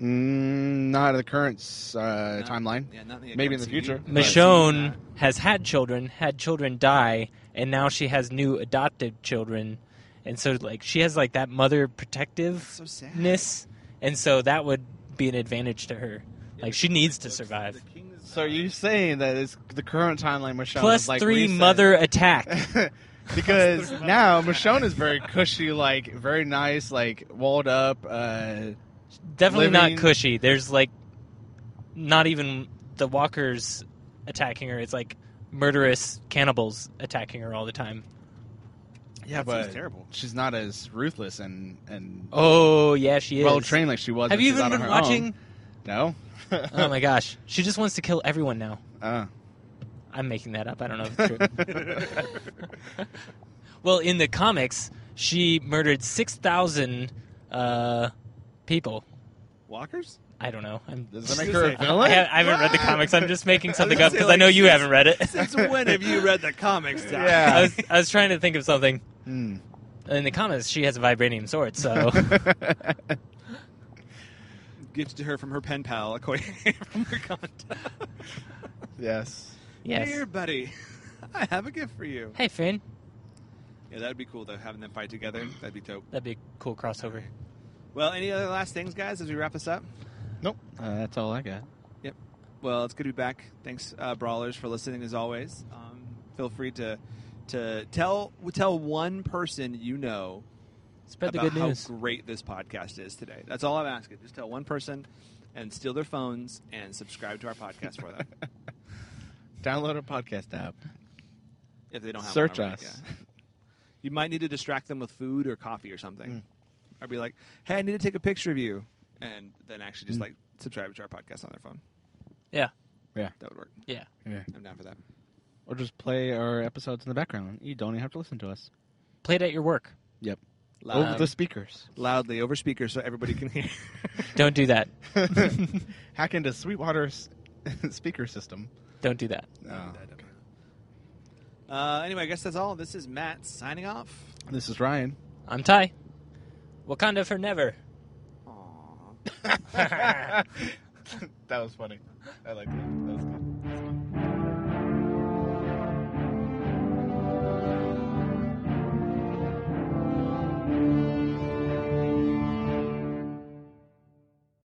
[SPEAKER 4] Mm, not in the current uh,
[SPEAKER 2] Not-
[SPEAKER 4] timeline.
[SPEAKER 2] yeah, not the
[SPEAKER 4] Maybe in the
[SPEAKER 2] MCU,
[SPEAKER 4] future.
[SPEAKER 2] but-
[SPEAKER 3] Michonne has had children, had children die, and now she has new adopted children, and so like she has like that mother
[SPEAKER 2] So
[SPEAKER 3] protectiveness,
[SPEAKER 2] sad.
[SPEAKER 3] and so that would be an advantage to her.
[SPEAKER 2] Yeah,
[SPEAKER 3] Like
[SPEAKER 2] the
[SPEAKER 3] she
[SPEAKER 2] king-
[SPEAKER 3] needs to
[SPEAKER 2] the-
[SPEAKER 3] survive.
[SPEAKER 2] the king is-
[SPEAKER 4] So are you saying that it's the current timeline Michonne
[SPEAKER 3] Plus
[SPEAKER 4] is like
[SPEAKER 3] three
[SPEAKER 4] reset?
[SPEAKER 3] mother attack.
[SPEAKER 4] because now Michonne is very cushy, like very nice, like walled up. Uh,
[SPEAKER 3] Definitely
[SPEAKER 4] Living-
[SPEAKER 3] not cushy. There's like not even the walkers attacking her. It's like murderous cannibals attacking her all the time.
[SPEAKER 4] yeah,
[SPEAKER 2] That
[SPEAKER 4] but
[SPEAKER 2] seems terrible.
[SPEAKER 4] she's not as ruthless and and
[SPEAKER 3] Oh yeah, she is.
[SPEAKER 4] well trained like she was.
[SPEAKER 3] Have
[SPEAKER 4] when
[SPEAKER 3] you
[SPEAKER 4] she's
[SPEAKER 3] even
[SPEAKER 4] out on
[SPEAKER 3] been
[SPEAKER 4] her own.
[SPEAKER 3] watching?
[SPEAKER 4] No.
[SPEAKER 3] Oh my gosh, she just wants to kill everyone now.
[SPEAKER 4] Uh.
[SPEAKER 3] I'm making that up. I don't know if it's true. Well, in the comics, she murdered 6,000 uh, people.
[SPEAKER 2] walkers?
[SPEAKER 3] I don't know. I'm,
[SPEAKER 4] Does that
[SPEAKER 2] I
[SPEAKER 4] make
[SPEAKER 2] was gonna
[SPEAKER 4] her a
[SPEAKER 2] say,
[SPEAKER 3] I,
[SPEAKER 4] villain?
[SPEAKER 3] ha- I haven't read the comics. I'm just making something
[SPEAKER 2] gonna
[SPEAKER 3] up
[SPEAKER 2] say,
[SPEAKER 3] because I
[SPEAKER 2] like,
[SPEAKER 3] know you
[SPEAKER 2] since-
[SPEAKER 3] haven't read it.
[SPEAKER 2] Since when have you read the comics? Doc?
[SPEAKER 4] Yeah.
[SPEAKER 3] I was, I was trying to think of something.
[SPEAKER 4] Hmm.
[SPEAKER 3] In the comics, she has a vibranium sword, so
[SPEAKER 2] Gifted to her from her pen pal, Okoye, from her contact.
[SPEAKER 4] yes.
[SPEAKER 3] yes.
[SPEAKER 2] Here, buddy. I have a gift for you.
[SPEAKER 3] Hey, Finn.
[SPEAKER 2] Yeah, that'd be cool though. Having them fight together, that'd be dope.
[SPEAKER 3] That'd be a cool crossover.
[SPEAKER 2] Well, any other last things, guys, as we wrap this up?
[SPEAKER 4] Nope. Uh, that's all I got.
[SPEAKER 2] Well, it's good to be back. Thanks, uh, brawlers, for listening as always. Um, feel free to to tell tell one person you know
[SPEAKER 3] Spread the
[SPEAKER 2] about
[SPEAKER 3] good
[SPEAKER 2] how
[SPEAKER 3] news.
[SPEAKER 2] great this podcast is today. That's all I'm asking. Just tell one person and steal their phones and subscribe to our podcast for them
[SPEAKER 4] Download a podcast app.
[SPEAKER 2] if they don't have
[SPEAKER 4] Search
[SPEAKER 2] one already.
[SPEAKER 4] us.
[SPEAKER 2] Yeah. You might need to distract them with food or coffee or something. I'd be like, "Hey, I need to take a picture of you," and then actually just like subscribe to our podcast on their phone.
[SPEAKER 3] Yeah.
[SPEAKER 2] That would work.
[SPEAKER 3] Yeah.
[SPEAKER 4] Yeah.
[SPEAKER 2] I'm down for that.
[SPEAKER 4] Or just play our episodes in the background. You don't even have to listen to us.
[SPEAKER 3] Play it at your work.
[SPEAKER 4] Yep. Um,
[SPEAKER 2] Loudly,
[SPEAKER 4] Over the speakers.
[SPEAKER 2] loudly over speakers so everybody can hear.
[SPEAKER 3] Don't do that.
[SPEAKER 4] Hack into Sweetwater's speaker system.
[SPEAKER 3] Don't do that.
[SPEAKER 4] Oh.
[SPEAKER 2] Uh, anyway, I guess that's all. This is Matt signing off.
[SPEAKER 4] This is Ryan.
[SPEAKER 3] I'm Ty. Wakanda for never.
[SPEAKER 2] Aww.
[SPEAKER 4] that was funny. I like that. That was good.